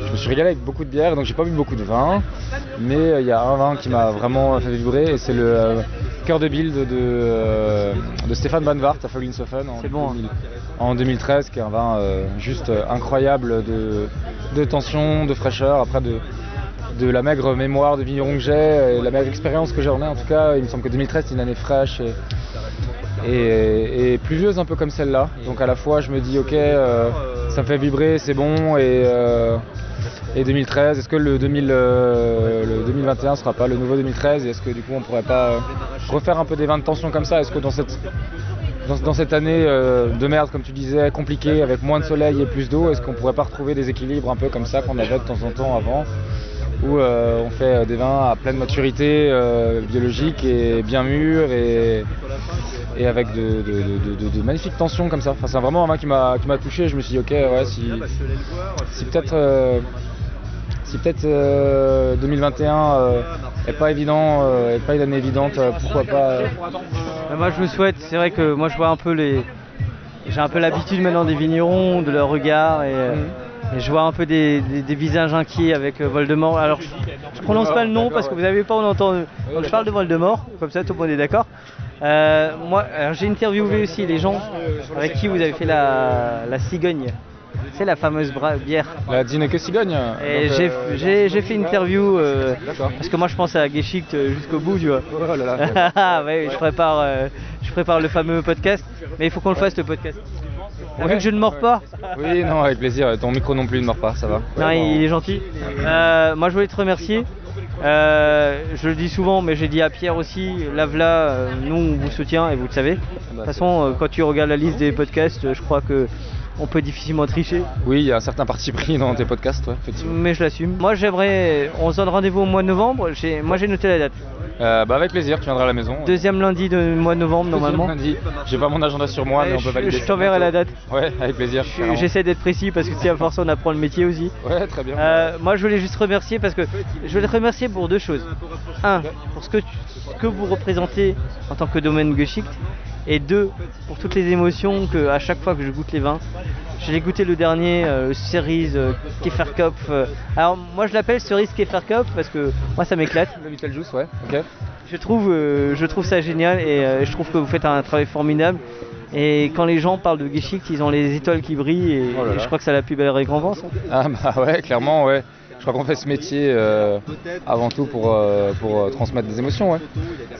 Je me suis régalé avec beaucoup de bières, donc j'ai pas bu beaucoup de vin, mais euh, il y a un vin qui m'a vraiment fait vibrer et c'est le euh, cœur de build de, euh, de Stéphane Banvart à Foglinshofen en,
C'est bon, hein.
2000 en 2013, qui est un vin euh, juste euh, incroyable de, de tension, de fraîcheur, après de, de la maigre mémoire de vigneron que j'ai, euh, et la maigre expérience que j'en ai en tout cas, il me semble que 2013 c'est une année fraîche et, et- et pluvieuse un peu comme celle-là. Donc à la fois je me dis ok, euh, ça me fait vibrer, c'est bon, et, euh, et 2013, est-ce que le, 2000, euh, le 2021 sera pas le nouveau 2013 et est-ce que du coup on pourrait pas euh, refaire un peu des vins de tension comme ça Est-ce que dans cette dans, dans cette année euh, de merde, comme tu disais, compliquée, avec moins de soleil et plus d'eau, est-ce qu'on pourrait pas retrouver des équilibres un peu comme ça qu'on avait de temps en temps avant, où euh, on fait euh, des vins à pleine maturité euh, biologique et bien mûrs et, et avec de, de- de- de- de- de magnifiques tensions comme ça. Enfin, c'est vraiment un vin qui m'a qui m'a touché. Je me suis dit, ok, ouais, si, si peut-être. euh, si peut-être euh, 2021 euh, est pas évident, euh, est pas une année évidente, euh, pourquoi pas euh,
Euh, Moi je vous souhaite, c'est vrai que moi je vois un peu les. J'ai un peu l'habitude maintenant des vignerons, de leur regard et, euh, et je vois un peu des, des- des visages inquiets avec euh, Voldemort. Alors je, je prononce pas le nom parce que vous n'avez pas on entend. Donc, je parle de Voldemort, comme ça tout le monde est d'accord. Euh, moi alors, j'ai interviewé aussi les gens avec qui vous avez fait la, la cigogne. C'est la fameuse bra- bière.
La dîner que cigogne.
Et
Donc,
j'ai-
euh,
j'ai j'ai fait une interview euh,
D'accord.
parce que moi je pense à Geschicht euh, jusqu'au bout, tu vois.
Oh là là.
Ah ouais, je prépare, euh, je prépare le fameux podcast, mais il faut qu'on le fasse le podcast. Ah, Vu que je ne mords pas.
Oui, non, avec plaisir. Ton micro non plus ne mord pas, ça va.
Non, il il est gentil. Euh, moi, je voulais te remercier. Euh, je le dis souvent, mais j'ai dit à Pierre aussi, Lavla, euh, nous on vous soutient et vous le savez. De toute façon, euh, quand tu regardes la liste des podcasts, euh, je crois que on peut difficilement tricher.
Oui, il y a un certain parti pris dans tes podcasts, ouais, effectivement.
Mais je l'assume. Moi, j'aimerais. On se donne rendez-vous au mois de novembre. J'ai- Moi, j'ai noté la date.
Euh, bah, avec plaisir, tu viendras à la maison.
Deuxième lundi du mois de novembre,
Deuxième
normalement.
lundi. J'ai pas mon agenda sur moi,
Ouais,
mais on peut
je-
valider.
je t'enverrai la date.
Ouais, avec plaisir.
Je-
carrément.
J'essaie d'être précis parce que tu sais, à force, on apprend le métier aussi.
Ouais, très bien.
Euh, moi, je voulais juste remercier parce que je voulais te remercier pour deux choses. Un, pour ce que, tu- ce que vous représentez en tant que domaine Geschicht. Et deux, pour toutes les émotions que à chaque fois que je goûte les vins, je l'ai goûté le dernier, euh, le Cerise euh, Kefirkopf. euh. alors, moi, je l'appelle Cerise Kefirkopf parce que moi, ça m'éclate.
Le Mitteljuice, ouais. Ok.
Je trouve, euh, je trouve ça génial et euh, je trouve que vous faites un travail formidable. Et quand les gens parlent de Geschicht, ils ont les étoiles qui brillent et,
Oh là
et
là.
je crois que ça a la plus belle récompense.
Ah bah ouais, clairement, ouais. Je crois qu'on fait ce métier euh, avant tout pour, euh, pour euh, transmettre des émotions, ouais.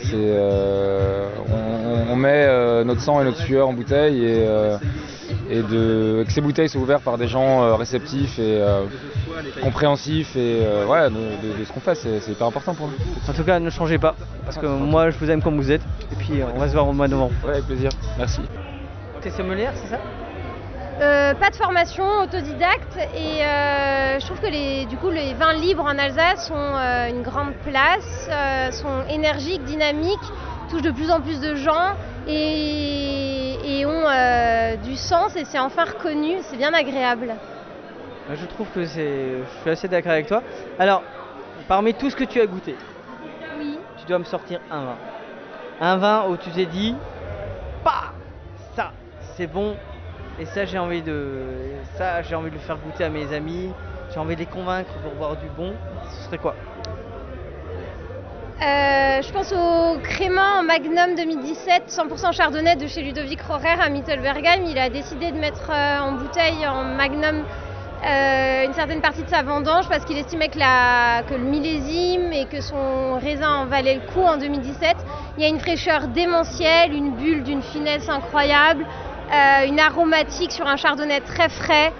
C'est, euh, on, on- on met euh, notre sang et notre sueur en bouteille et, euh, et de, que ces bouteilles soient ouvertes par des gens euh, réceptifs et euh, compréhensifs et euh, ouais, de, de- de ce qu'on fait, c'est c'est hyper important pour nous.
En tout cas, ne changez pas, parce que moi je vous aime comme vous êtes, et puis euh, on va se voir au mois de novembre.
Ouais, avec plaisir, merci.
T'es sommelière, c'est ça
Euh, pas de formation, autodidacte. Et euh, je trouve que les, du coup, les vins libres en Alsace ont euh, une grande place, euh, sont énergiques, dynamiques, touchent de plus en plus de gens et, et ont euh, du sens. Et c'est enfin reconnu, c'est bien agréable.
Je trouve que c'est. Je suis assez d'accord avec toi. Alors, parmi tout ce que tu as goûté,
Oui.
tu dois me sortir un vin. Un vin où tu t'es dit, pas ça, c'est bon, et ça j'ai envie de. Ça j'ai envie de le faire goûter à mes amis, j'ai envie de les convaincre pour boire du bon, ce serait quoi
Euh, je pense au crément Magnum 2017 100% chardonnay de chez Ludovic Rorer à Mittelbergheim. Il a décidé de mettre euh, en bouteille en Magnum euh, une certaine partie de sa vendange parce qu'il estimait que, la- que le millésime et que son raisin en valait le coup en 2017. Il y a une fraîcheur démentielle, une bulle d'une finesse incroyable, euh, une aromatique sur un chardonnay très frais.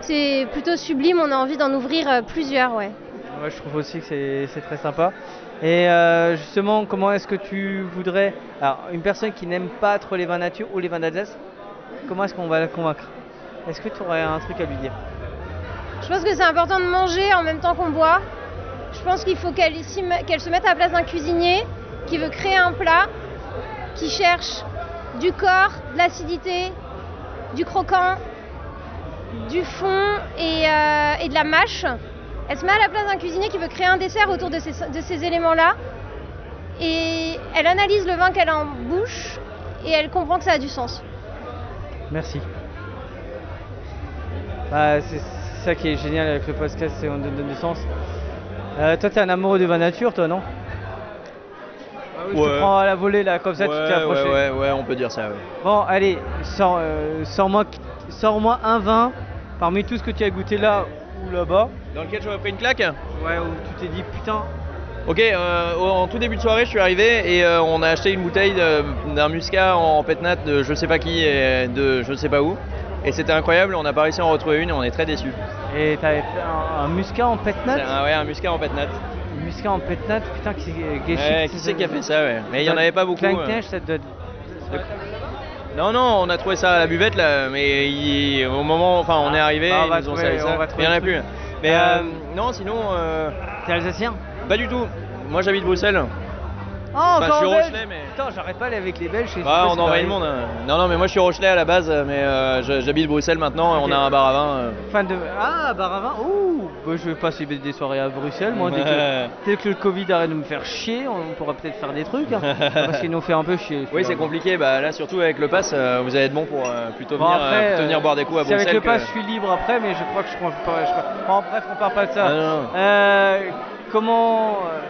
C'est plutôt sublime, on a envie d'en ouvrir euh, plusieurs, ouais.
Ouais, je trouve aussi que c'est- c'est très sympa. Et euh, justement, comment est-ce que tu voudrais. Alors, une personne qui n'aime pas trop les vins nature ou les vins d'Alsace, comment est-ce qu'on va la convaincre Est-ce que tu aurais un truc à lui dire
Je pense que c'est important de manger en même temps qu'on boit. Je pense qu'il faut qu'elle s'y me- qu'elle se mette à la place d'un cuisinier qui veut créer un plat, qui cherche du corps, de l'acidité, du croquant, du fond et, euh, et de la mâche. Elle se met à la place d'un cuisinier qui veut créer un dessert autour de ces, de ces éléments-là. Et elle analyse le vin qu'elle a en bouche et elle comprend que ça a du sens.
Merci. Bah, c'est ça qui est génial avec le podcast, c'est on donne du sens. Euh, toi, t'es un amoureux de vin nature, toi, non Je te
Ah Ouais.
prends à la volée, là, Ah, comme ça, tu t'es
ouais,
approché.
ouais, ouais, ouais, on peut dire ça. ouais.
Bon, allez, sors, euh, sors-moi sors-moi un vin parmi tout ce que tu as goûté là ou là-bas.
Dans lequel j'aurais pris une claque
Ouais, où tu t'es dit putain.
Ok, euh, au- en tout début de soirée, je suis arrivé et euh, on a acheté une bouteille de- d'un muscat en pétnat de je sais pas qui et de je ne sais pas où. Et c'était incroyable, on n'a pas réussi à en retrouver une et on est très déçus.
Et t'as un, un muscat en pétnat
Ah ouais, un muscat en pétnat.
Un muscat en pétnat, putain, qui c'est qui
Ouais, qui c'est qui a fait ça, ouais. Mais il y en avait pas beaucoup,
Clanknecht,
ouais.
ça te donne.
Non, non, on a trouvé ça à la buvette là, mais il- au moment, enfin, on est arrivé,
Ah, on
ils
va
nous ont
trouver-
servi ça.
on va trouver
il y en a
le truc.
plus. Mais
Euh,
euh, non, sinon. euh,
T'es alsacien
Pas du tout. Moi, j'habite Bruxelles.
Oh,
Bah, je
encore
suis
en Belge
Rochelais, mais-
Putain, j'arrête pas aller avec les Belges. je sais
Bah,
pas,
on
c'est
envahit
pareil.
le monde. hein. Non, non, mais moi je suis Rochelais à la base, mais euh, je- j'habite Bruxelles maintenant et on a un bar à vin. euh.
Fan de. Ah, Baravin, ouh bah, Je vais passer des soirées à Bruxelles, moi. Dès,
Ouais.
que, dès que le Covid arrête de me faire chier, on pourra peut-être faire des trucs. hein, parce qu'il nous fait un peu chier.
Oui, c'est
finalement.
compliqué. Bah, là, surtout avec le pass, euh, vous allez être bon pour euh, plutôt,
Bon,
venir, euh,
après,
plutôt venir
euh,
boire des coups à
si
Bruxelles.
avec le pass,
que-
je suis libre après, mais je crois que je prends pas. je crois- Bon, bref, on parle pas de ça.
Ah, non, non.
Euh, comment. euh,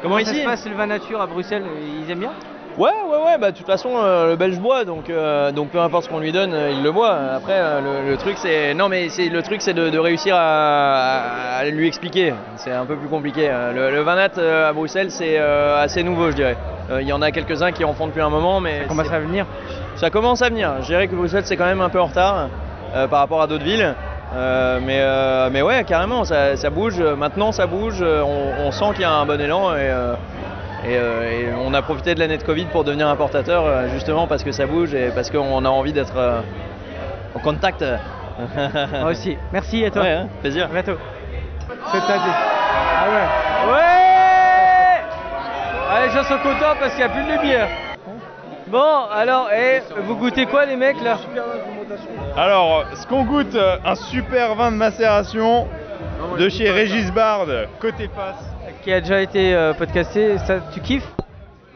Comment
ça
ici
se passe le vin nature à Bruxelles Ils aiment bien
Ouais, ouais, ouais, bah de toute façon, euh, le belge boit, donc, euh, donc peu importe ce qu'on lui donne, euh, il le boit. Après, euh, le, le truc, c'est. Non, mais c'est- le truc, c'est de, de réussir à, à lui expliquer. C'est un peu plus compliqué. Euh, Le, le vin nat euh, à Bruxelles, c'est euh, assez nouveau, je dirais. Euh, Il y en a quelques-uns qui en font depuis un moment, mais. Ça commence à venir Ça commence à venir. Je dirais que Bruxelles, c'est quand même un peu en retard euh, par rapport à d'autres villes. Euh, mais, euh, mais ouais, carrément, ça, ça bouge. Maintenant, ça bouge. Euh, On, on sent qu'il y a un bon élan. Et, euh, et, euh, et on a profité de l'année de Covid pour devenir importateur, euh, justement parce que ça bouge et parce qu'on a envie d'être euh, en contact.
Moi aussi. Merci à toi.
Ouais, hein, plaisir.
À bientôt.
C'est-à-dire
Ah ouais. Ouais Ah, Les gens sont contents parce qu'il n'y a plus de lumière. Bon, alors, eh, vous goûtez quoi les mecs là
Alors, ce qu'on goûte, euh, un super vin de macération de chez Régis Bard, côté face.
Qui a déjà été euh, podcasté, ça tu kiffes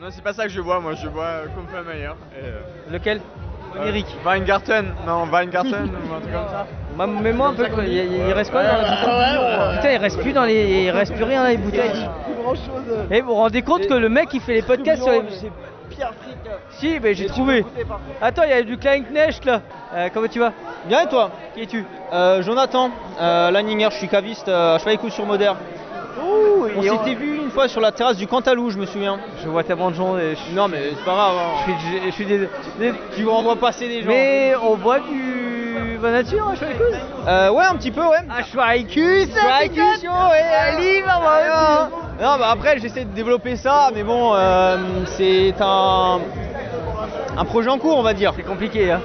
Non, c'est pas ça que je bois, moi je bois euh, Kampfmeyer.
Lequel
Oniric. Euh, Weingarten, non, Weingarten ou un truc comme ça.
Bah, mais moi un peu quoi, il, il- il reste quoi dans la bouteille Putain, il reste plus dans les, il reste plus rien dans les bouteilles.
Grand chose.
Et vous vous rendez compte que le mec il fait les podcasts sur les.
Pierre Frick.
Si, mais j'ai trouvé. Attends, il y a du Kleinknecht là. Euh, comment tu vas
Bien et toi
Qui es-tu
Jonathan, euh, Lanninger, je suis caviste euh, à sur Moder. On s'était vu une fois sur la terrasse du Cantalou, je me souviens.
Je vois tellement de gens.
Non, mais c'est pas grave. hein.
Je suis, je suis des...
Tu en vois passer des gens.
Mais on voit du. Bonne nature hein, à Schweikouss
Euh, ouais, un petit peu, ouais.
Ah,
À
Schweikus
Schweikus, yo, oh, ouais.
Ah, hein,
Non, bah après, j'essaie de développer ça, mais bon, euh, c'est un, un projet en cours, on va dire. C'est
compliqué, hein.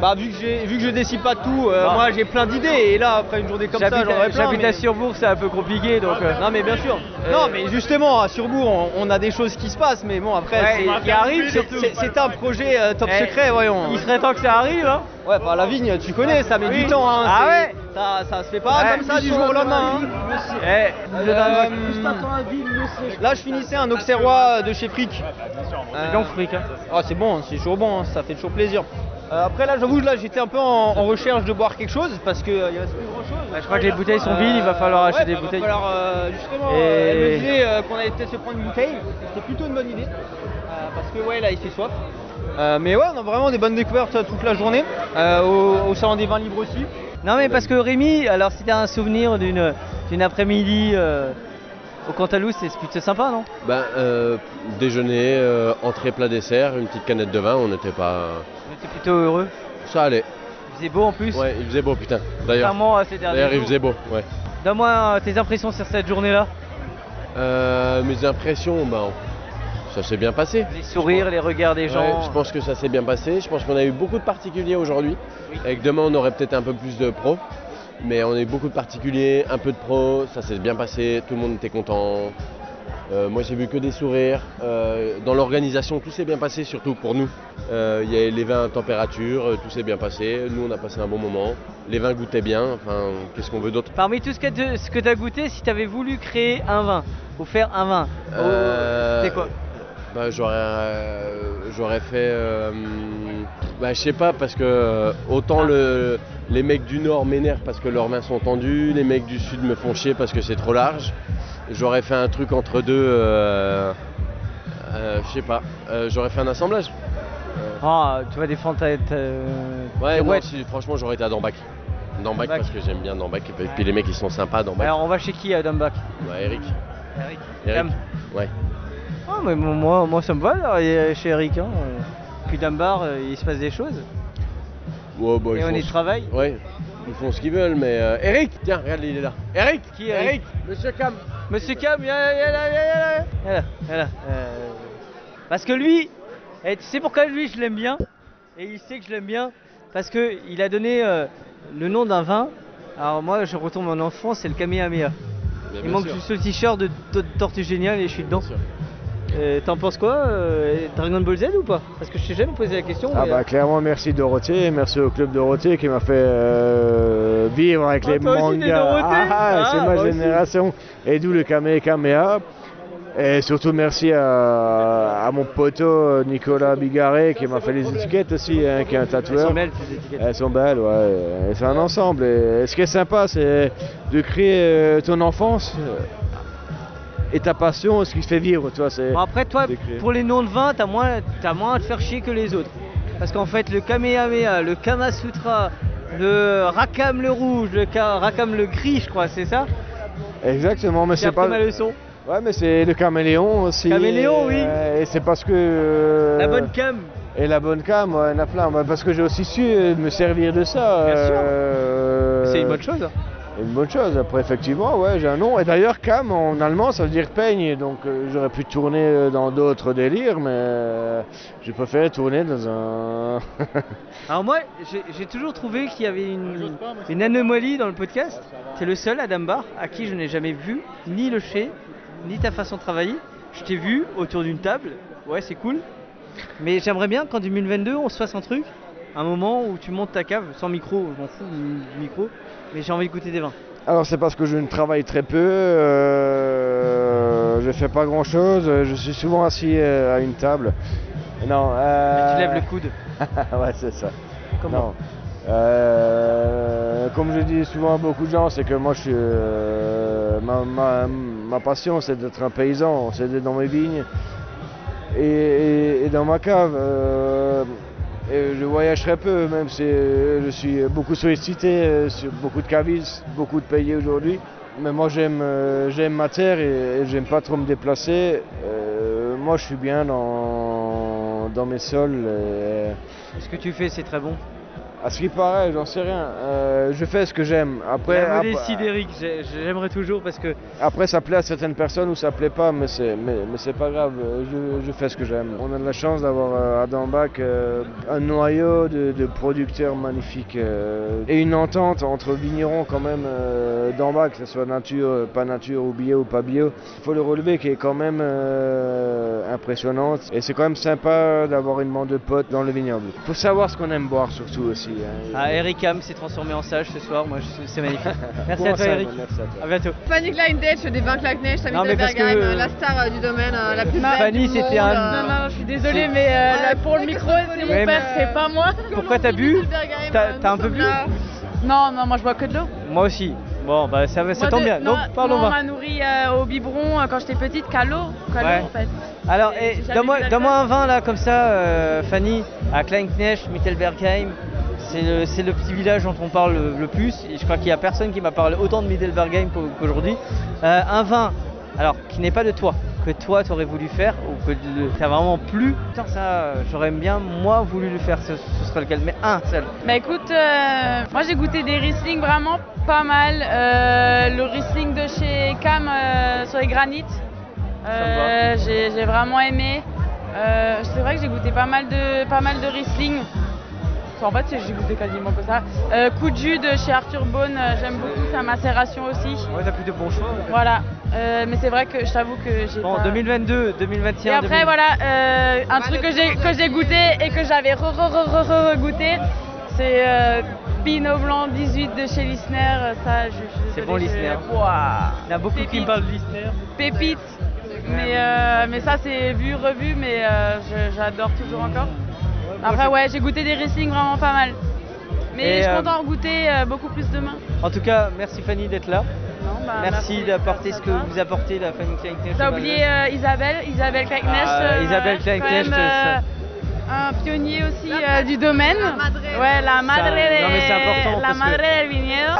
Bah, vu que, j'ai- vu que je décide pas de tout, euh,
Ah.
moi j'ai plein d'idées, et là, après une journée comme ça,
J'habite
j'en aurais
à-
plein.
j'habite
mais-
à Surbourg, c'est un peu compliqué donc. euh,
Non mais bien sûr. Non mais justement à Surbourg on, on a des choses qui se passent mais bon après
Ouais,
c'est-
il- il
c'est-
arrive,
c'est-
surtout.
c'est- c'est un projet euh, top
Eh,
secret voyons.
il serait temps que ça arrive hein.
Ouais bah la vigne tu connais ça met
Oui.
du temps hein.
Ah
c'est-
ouais
ça, ça se fait pas
Ouais. Eh,
comme ça du jour au lendemain. hein.
vous êtes un
Euh,
mec.
Là je finissais un Auxerrois de chez Frick.
C'est donc fric, hein.
Ah c'est bon, c'est toujours bon, hein, ça fait toujours plaisir. Euh, après là j'avoue là j'étais un peu en, en recherche de boire quelque chose parce que euh, il reste plus grand chose.
Bah, Je crois que les bouteilles sont vides, il va falloir acheter des bouteilles.
Alors justement,
Et-
bah, euh, elle me disait euh, qu'on allait peut-être se prendre une bouteille. C'était plutôt une bonne idée. euh, parce que ouais, là, il fait soif. Euh, mais ouais, on a vraiment des bonnes découvertes euh, toute la journée. euh, au, au salon des vins libres aussi.
Non mais parce que Rémi, alors si t'as un souvenir d'une d'une après-midi euh, au Cantalou, c'est c'est plutôt sympa non
Ben, euh, déjeuner, euh, entrée, plat, dessert, une petite canette de vin, on n'était pas.
On était plutôt heureux.
Ça allait.
Il faisait beau en plus.
Ouais, il faisait beau, putain. D'ailleurs.
Contrairement à ces derniers
D'ailleurs, il
jours.
faisait beau, ouais.
Donne-moi euh, tes impressions sur cette journée-là.
Euh, mes impressions, ben, ça s'est bien passé.
Les sourires, les regards des gens.
je pense que ça s'est bien passé. Je pense qu'on a eu beaucoup de particuliers aujourd'hui. Et que demain, on aurait peut-être un peu plus de pros. Mais on a eu beaucoup de particuliers, un peu de pros. Ça s'est bien passé. Tout le monde était content. Euh, moi, j'ai vu que des sourires. Euh, dans l'organisation, tout s'est bien passé, surtout pour nous. Euh, Il y a les vins à température, euh, tout s'est bien passé. Nous, on a passé un bon moment. Les vins goûtaient bien. Enfin, qu'est-ce qu'on veut d'autre
Parmi tout ce que tu ce que as goûté, si t'avais voulu créer un vin ou faire un vin, oh,
Euh,
c'était quoi
bah, j'aurais, euh, j'aurais fait. euh, bah, je sais pas, parce que euh, autant le, les mecs du Nord m'énervent parce que leurs mains sont tendues, les mecs du Sud me font chier parce que c'est trop large. J'aurais fait un truc entre deux. euh, euh, je sais pas, Euh, j'aurais fait un assemblage. Euh.
Ah, tu vas défendre ta. ta-
Ouais,
tes
moi,
wedges.
si- franchement, j'aurais été à Dambac. Dambac parce que j'aime bien Dambac. Et puis les mecs, ils sont sympas à Dambac.
Alors on va chez qui à Dumbach
Ouais, Eric.
Eric.
Eric. Ouais.
Ah, mais mo- moi, moi ça me va là, et- chez Eric. Hein. Puis Dumbar, euh, il se passe des choses.
Ouais, bah,
Et
ils
on
font
y
ce-
travaille
Ouais, ils font ce qu'ils veulent, mais. euh, Eric Tiens, regarde, il est là. Eric
Qui Eric
Monsieur Cam
Monsieur Cam, viens là, viens là, viens là, viens là. Viens là, euh, Parce que lui, eh, tu sais pourquoi lui je l'aime bien Et il sait que je l'aime bien Parce que il a donné euh, le nom d'un vin. Alors moi je retourne en enfance, c'est le Kamehameha.
Bien,
il
bien
manque
sûr.
juste le t-shirt de, de Tortue Géniale et je suis dedans. Euh, T'en penses quoi euh, Dragon Ball Z ou pas Parce que je t'ai jamais posé la question.
Ah
mais,
bah clairement merci Dorothée, merci au club Dorothée qui m'a fait euh, vivre avec
Ah,
les
toi aussi, t'es
mangas.
Dorothée
Ah, ah,
Ah,
c'est
moi
ma
aussi.
génération. Et d'où le Kame Kamea. Et surtout merci à, à mon poteau Nicolas Bigaret qui m'a fait les étiquettes aussi, hein, qui est un tatoueur.
Elles sont belles, ces étiquettes.
Elles sont belles, ouais. Et C'est un ensemble. Et ce qui est sympa, c'est de créer euh, ton enfance euh, et ta passion, ce qui te fait vivre, tu vois. c'est-
Bon, après, toi,
d'écrire.
pour les noms de vin, t'as moins, t'as moins à te faire chier que les autres. Parce qu'en fait, le Kamehameha, le Kama Sutra, le Rakam le rouge, le Ka- Rakam le gris, je crois, c'est ça
Exactement, mais
J'ai
c'est
appris
pas.
ma leçon.
Ouais, mais c'est le caméléon aussi.
Caméléon, oui.
Euh, et c'est parce que. euh,
La bonne cam.
Et la bonne cam, ouais, il y en a plein. Bah, parce que j'ai aussi su euh, me servir de ça. euh,
C'est une bonne chose.
Une bonne chose. Après, effectivement, ouais, j'ai un nom. Et d'ailleurs, cam en allemand, ça veut dire peigne. Donc, euh, j'aurais pu tourner euh, dans d'autres délires, mais euh, j'ai préféré tourner dans un.
Alors moi, j'ai- j'ai toujours trouvé qu'il y avait une, une anomalie dans le podcast. C'est le seul, Adam Barr, à qui je n'ai jamais vu ni le chez, ni ta façon de travailler. Je t'ai vu autour d'une table. Ouais, c'est cool. Mais j'aimerais bien qu'en 2022, on se fasse un truc. Un moment où tu montes ta cave, sans micro, je m'en fous du micro. Mais j'ai envie de goûter des vins.
Alors c'est parce que je ne travaille très peu, euh, je fais pas grand chose, euh, je suis souvent assis euh, à une table. Non. euh,
tu lèves le coude.
ouais c'est ça.
Comment
Non. Euh, comme je dis souvent à beaucoup de gens, c'est que moi je suis, euh, ma, ma- ma passion c'est d'être un paysan, c'est d'être dans mes vignes et, et- et dans ma cave. euh, et je voyage très peu, même si euh, je suis beaucoup sollicité euh, sur beaucoup de cavistes, beaucoup de pays aujourd'hui. Mais moi j'aime euh, j'aime ma terre et, et j'aime pas trop me déplacer. Euh, moi je suis bien dans, dans mes sols. euh,
Ce que tu fais, c'est très bon.
à ce qui paraît, j'en sais rien. Euh, je fais ce que j'aime. Après,
La
ap-
modestie d'Eric, j'ai- j'aimerais toujours parce que
après, ça plaît à certaines personnes ou ça plaît pas, mais c'est mais, mais c'est pas grave. Euh, Je, je fais ce que j'aime. On a de la chance d'avoir euh, à Dambach euh, un noyau de, de producteurs magnifiques euh, et une entente entre vignerons quand même euh, Dambach, que ce soit nature, euh, pas nature ou bio ou pas bio. Il faut le relever qui est quand même euh, impressionnante et c'est quand même sympa d'avoir une bande de potes dans le vignoble. Faut savoir ce qu'on aime boire surtout aussi. hein.
ah, Eric Ham s'est transformé en sage ce soir. Moi, je- c'est magnifique. Merci à
Bon,
toi,
ça,
Eric.
merci à toi.
À bientôt.
Fanny Kleindesch des vins Klacknecht à
Non, mais parce que,
Mittelbergheim,
euh,
la star euh, du domaine, euh, la plus belle
Fanny,
du
c'était
monde,
un-
euh.
Non, non, je suis désolée,
C'est-
mais, euh,
Ah,
là,
c'est
pour le
vrai
micro,
que
c'est
ça
mon père,
me connaît,
c'est
euh,
pas moi. Pourquoi t'as bu
Mittelbergheim,
T'as-
euh,
t'as un
nous
peu
sommes
bu
là. Non, non, moi je bois que de l'eau.
Moi aussi. Bon, bah ça, va- ça
Moi,
tombe
de-
bien.
non,
Donc, parlons
moi, On
vin.
m'a nourri euh, au biberon euh, quand j'étais petite qu'à l'eau, qu'à l'eau,
Ouais.
en fait.
Alors,
J'ai-
eh,
j'ai jamais bu
donne-moi
d'alcool.
donne-moi un vin là, comme ça, euh, Fanny, à Kleinknecht, Mittelbergheim. C'est le, c'est le petit village dont on parle le, le plus. Et je crois qu'il n'y a personne qui m'a parlé autant de Mittelbergheim qu'au- qu'aujourd'hui. Euh, un vin, alors, qui n'est pas de toi, que toi t'aurais voulu faire, ou que le- t'as vraiment plu. Putain, ça, euh, j'aurais bien, moi, voulu le faire. Ce, ce serait lequel Mais un seul.
Bah écoute, euh, moi j'ai goûté des Riesling vraiment pas mal. Euh, le Riesling de chez Cam euh, sur les granites, euh, j'ai j'ai vraiment aimé. Euh, c'est vrai que j'ai goûté pas mal de, pas mal de Riesling. Enfin, en fait, c'est- j'ai goûté quasiment que ça. Euh, coup de jus de chez Arthur Bone, euh, j'aime beaucoup sa macération aussi.
Ouais, t'as plus de bons choix.
Voilà, Euh, mais c'est vrai que je t'avoue que j'ai
Bon,
pas...
2022, 2021.
Euh. Et après,
2000.
voilà, euh, un truc que j'ai, que j'ai goûté et que j'avais re, re, re, re, re, goûté, c'est euh, Pinot Blanc 18 de chez Lissner. Euh, Ça, je, je suis
C'est
désolée,
bon,
je-
Lisner.
Ouah.
Il y en a beaucoup qui me parlent de Lisner.
Pépite. Mais, euh, mais ça, c'est vu, revu, mais euh, je- j'adore toujours encore. Après, ouais, j'ai goûté des Riesling vraiment pas mal. Mais
Et,
je
euh,
compte en goûter euh, beaucoup plus demain.
En tout cas, merci Fanny d'être là.
Non, bah,
merci d'apporter ce que vous apportez, la Fanny Kleinknecht.
T'as oublié euh, Isabelle, Isabelle euh, Klecknecht.
Ah, Isabelle Klecknecht, ça-
euh, un pionnier aussi euh, du domaine. Ouais, la madre,
Ça- non, mais c'est
de-
important
la
parce que-
madre del viñedo.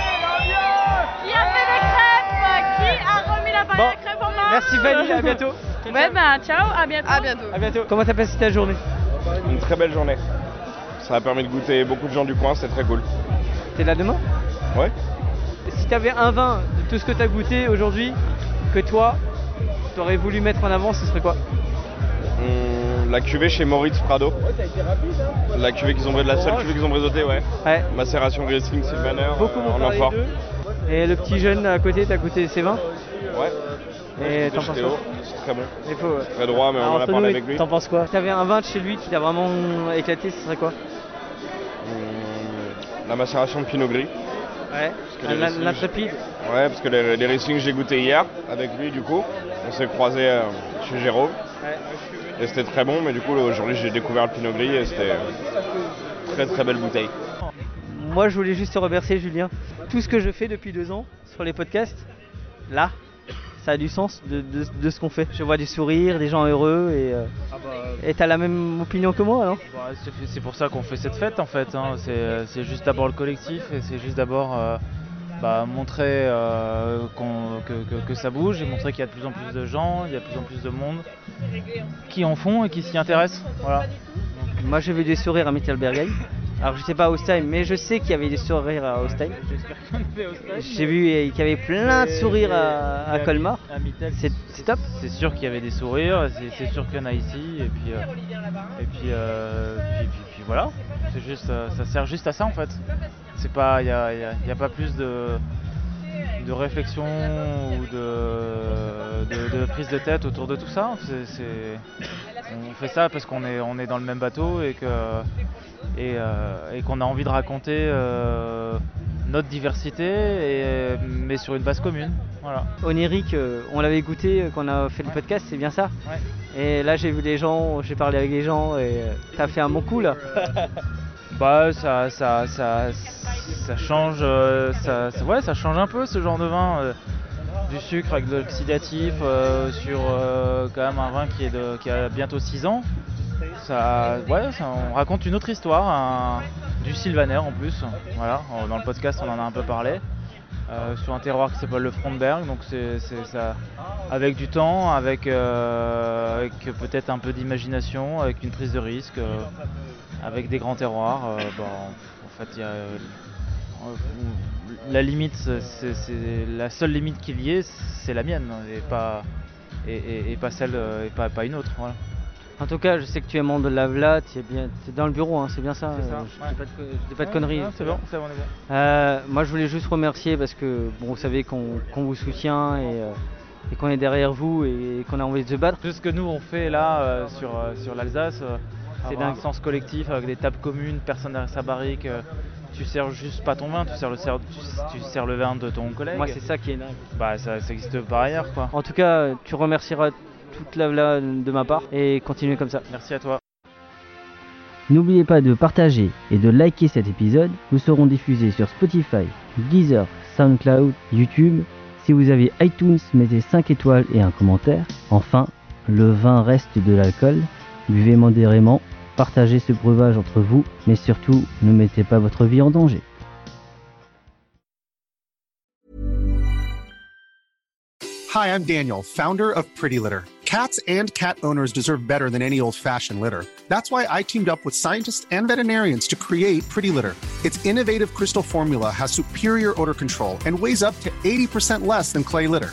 Qui a fait des crêpes Qui a remis la
Bon.
panier de crêpes au marché
Merci Fanny, à bientôt.
Ouais, ben ciao, à bientôt. À bientôt.
À bientôt. Comment t'as passé ta journée
Une très belle journée. Ça a permis de goûter beaucoup de gens du coin, c'est très cool.
T'es là demain
Ouais.
Si t'avais un vin de tout ce que t'as goûté aujourd'hui, que toi, t'aurais voulu mettre en avant, ce serait quoi
Hum, la cuvée chez Moritz Prado. La cuvée qu'ils ont brisée, la seule cuvée qu'ils ont brisotée, ouais.
Ouais.
Macération Griesling Sylvaner
Beaucoup
euh,
m'ont
en
parlé
amphore.
d'eux. Et le petit jeune à côté, t'as goûté ses vins
Ouais.
Et
J'ai goûté
t'en
chez
penses
Théo,
quoi
C'est très bon.
Il faut, ouais.
Très droit, mais
Alors,
on en a
entre
parlé
nous,
avec lui.
T'en penses quoi Si T'avais un vin de chez lui qui t'a vraiment éclaté, ce serait quoi
Hum, La macération de Pinot Gris.
Ouais.
que les
La-
Riesling,
L'intrépide.
Ouais, parce que les, les Riesling, j'ai goûté hier avec lui, du coup. On s'est croisés euh, chez Jérôme. Et c'était très bon, mais du coup, aujourd'hui, j'ai découvert le Pinot Gris et c'était euh, très très belle bouteille.
moi, je voulais juste te remercier, Julien. Tout ce que je fais depuis deux ans sur les podcasts, là, ça a du sens de, de- de ce qu'on fait. Je vois du sourire, des gens heureux et euh, et t'as la même opinion que moi, alors
Bah, c'est fait- c'est pour ça qu'on fait cette fête en fait. hein. C'est euh, c'est juste d'abord le collectif et c'est juste d'abord euh, bah, montrer euh, qu'on- que, que- que ça bouge et montrer qu'il y a de plus en plus de gens, il y a de plus en plus de monde qui en font et qui s'y intéressent. Voilà.
Moi, j'ai vu des sourires à Mittelbergheim. Alors, je sais pas à Ostheim, mais je sais qu'il y avait des sourires à Ostheim. J'ai vu euh, qu'il y avait plein de sourires à, à Colmar.
C'est top. C'est sûr qu'il y avait des sourires, c'est- c'est sûr qu'il y en a ici et puis euh, et puis, euh, puis- puis- puis voilà. C'est juste, euh, ça sert juste à ça en fait. C'est pas, il y a, y a- y a pas plus de de réflexion ou de, de- de prise de tête autour de tout ça. C'est- c'est- on fait ça parce qu'on est on est dans le même bateau et que et, euh, et qu'on a envie de raconter euh, notre diversité et- mais sur une base commune. Voilà.
Onirique, euh, on l'avait goûté euh, quand on a fait le podcast, c'est bien ça Et là, j'ai vu les gens, j'ai parlé avec les gens et euh, t'as fait un bon coup là.
Bah ça ça ça ça change euh, ça, ça- ouais ça change un peu ce genre de vin euh, du sucre avec de l'oxydatif euh, sur euh, quand même un vin qui est de qui a bientôt 6 ans. Ça ouais ça- on raconte une autre histoire un- du Sylvaner en plus. Voilà, en- dans le podcast on en a un peu parlé. euh, sur un terroir qui s'appelle le Frontberg, donc c'est c'est ça avec du temps, avec, euh, avec peut-être un peu d'imagination, avec une prise de risque. euh, avec des grands terroirs, euh, bon, en fait, il y a, euh, la limite, c'est c'est- la seule limite qu'il y ait, c'est la mienne et pas et, et- et pas celle euh, et pas, pas une autre. Voilà.
En tout cas, je sais que tu es membre de l'AVLA, tu es, bien, t'es dans le bureau, hein, c'est bien ça.
C'est ça,
euh, je
ouais.
dis pas de, co- je dis pas de
Ouais,
conneries.
non, c'est bon, c'est bon, on est bien.
Euh, moi, je voulais juste remercier parce que bon, vous savez qu'on qu'on vous soutient et, euh, et qu'on est derrière vous et qu'on a envie de se battre.
Tout ce que nous on fait là euh, sur, euh, sur l'Alsace, euh,
C'est
c'est
dingue.
d'un sens collectif avec des tables communes, personne derrière sa barrique. euh, tu sers juste pas ton vin, tu sers le, ser- tu, tu sers le vin de ton collègue.
Moi, c'est ça qui est dingue.
Bah, ça ça existe pas ailleurs quoi.
En tout cas, tu remercieras toute l'AVLA de ma part et continuez comme ça.
Merci à toi.
N'oubliez pas de partager et de liker cet épisode. Nous serons diffusés sur Spotify, Deezer, SoundCloud, YouTube. Si vous avez iTunes, mettez 5 étoiles et un commentaire. Enfin, le vin reste de l'alcool. Buvez modérément, partagez ce breuvage entre vous, mais surtout, ne mettez pas votre vie en danger.
Hi, I'm Daniel, founder of Pretty Litter. Cats and cat owners deserve better than any old fashioned litter. That's why I teamed up with scientists and veterinarians to create Pretty Litter. Its innovative crystal formula has superior odor control and weighs up to 80% less than clay litter.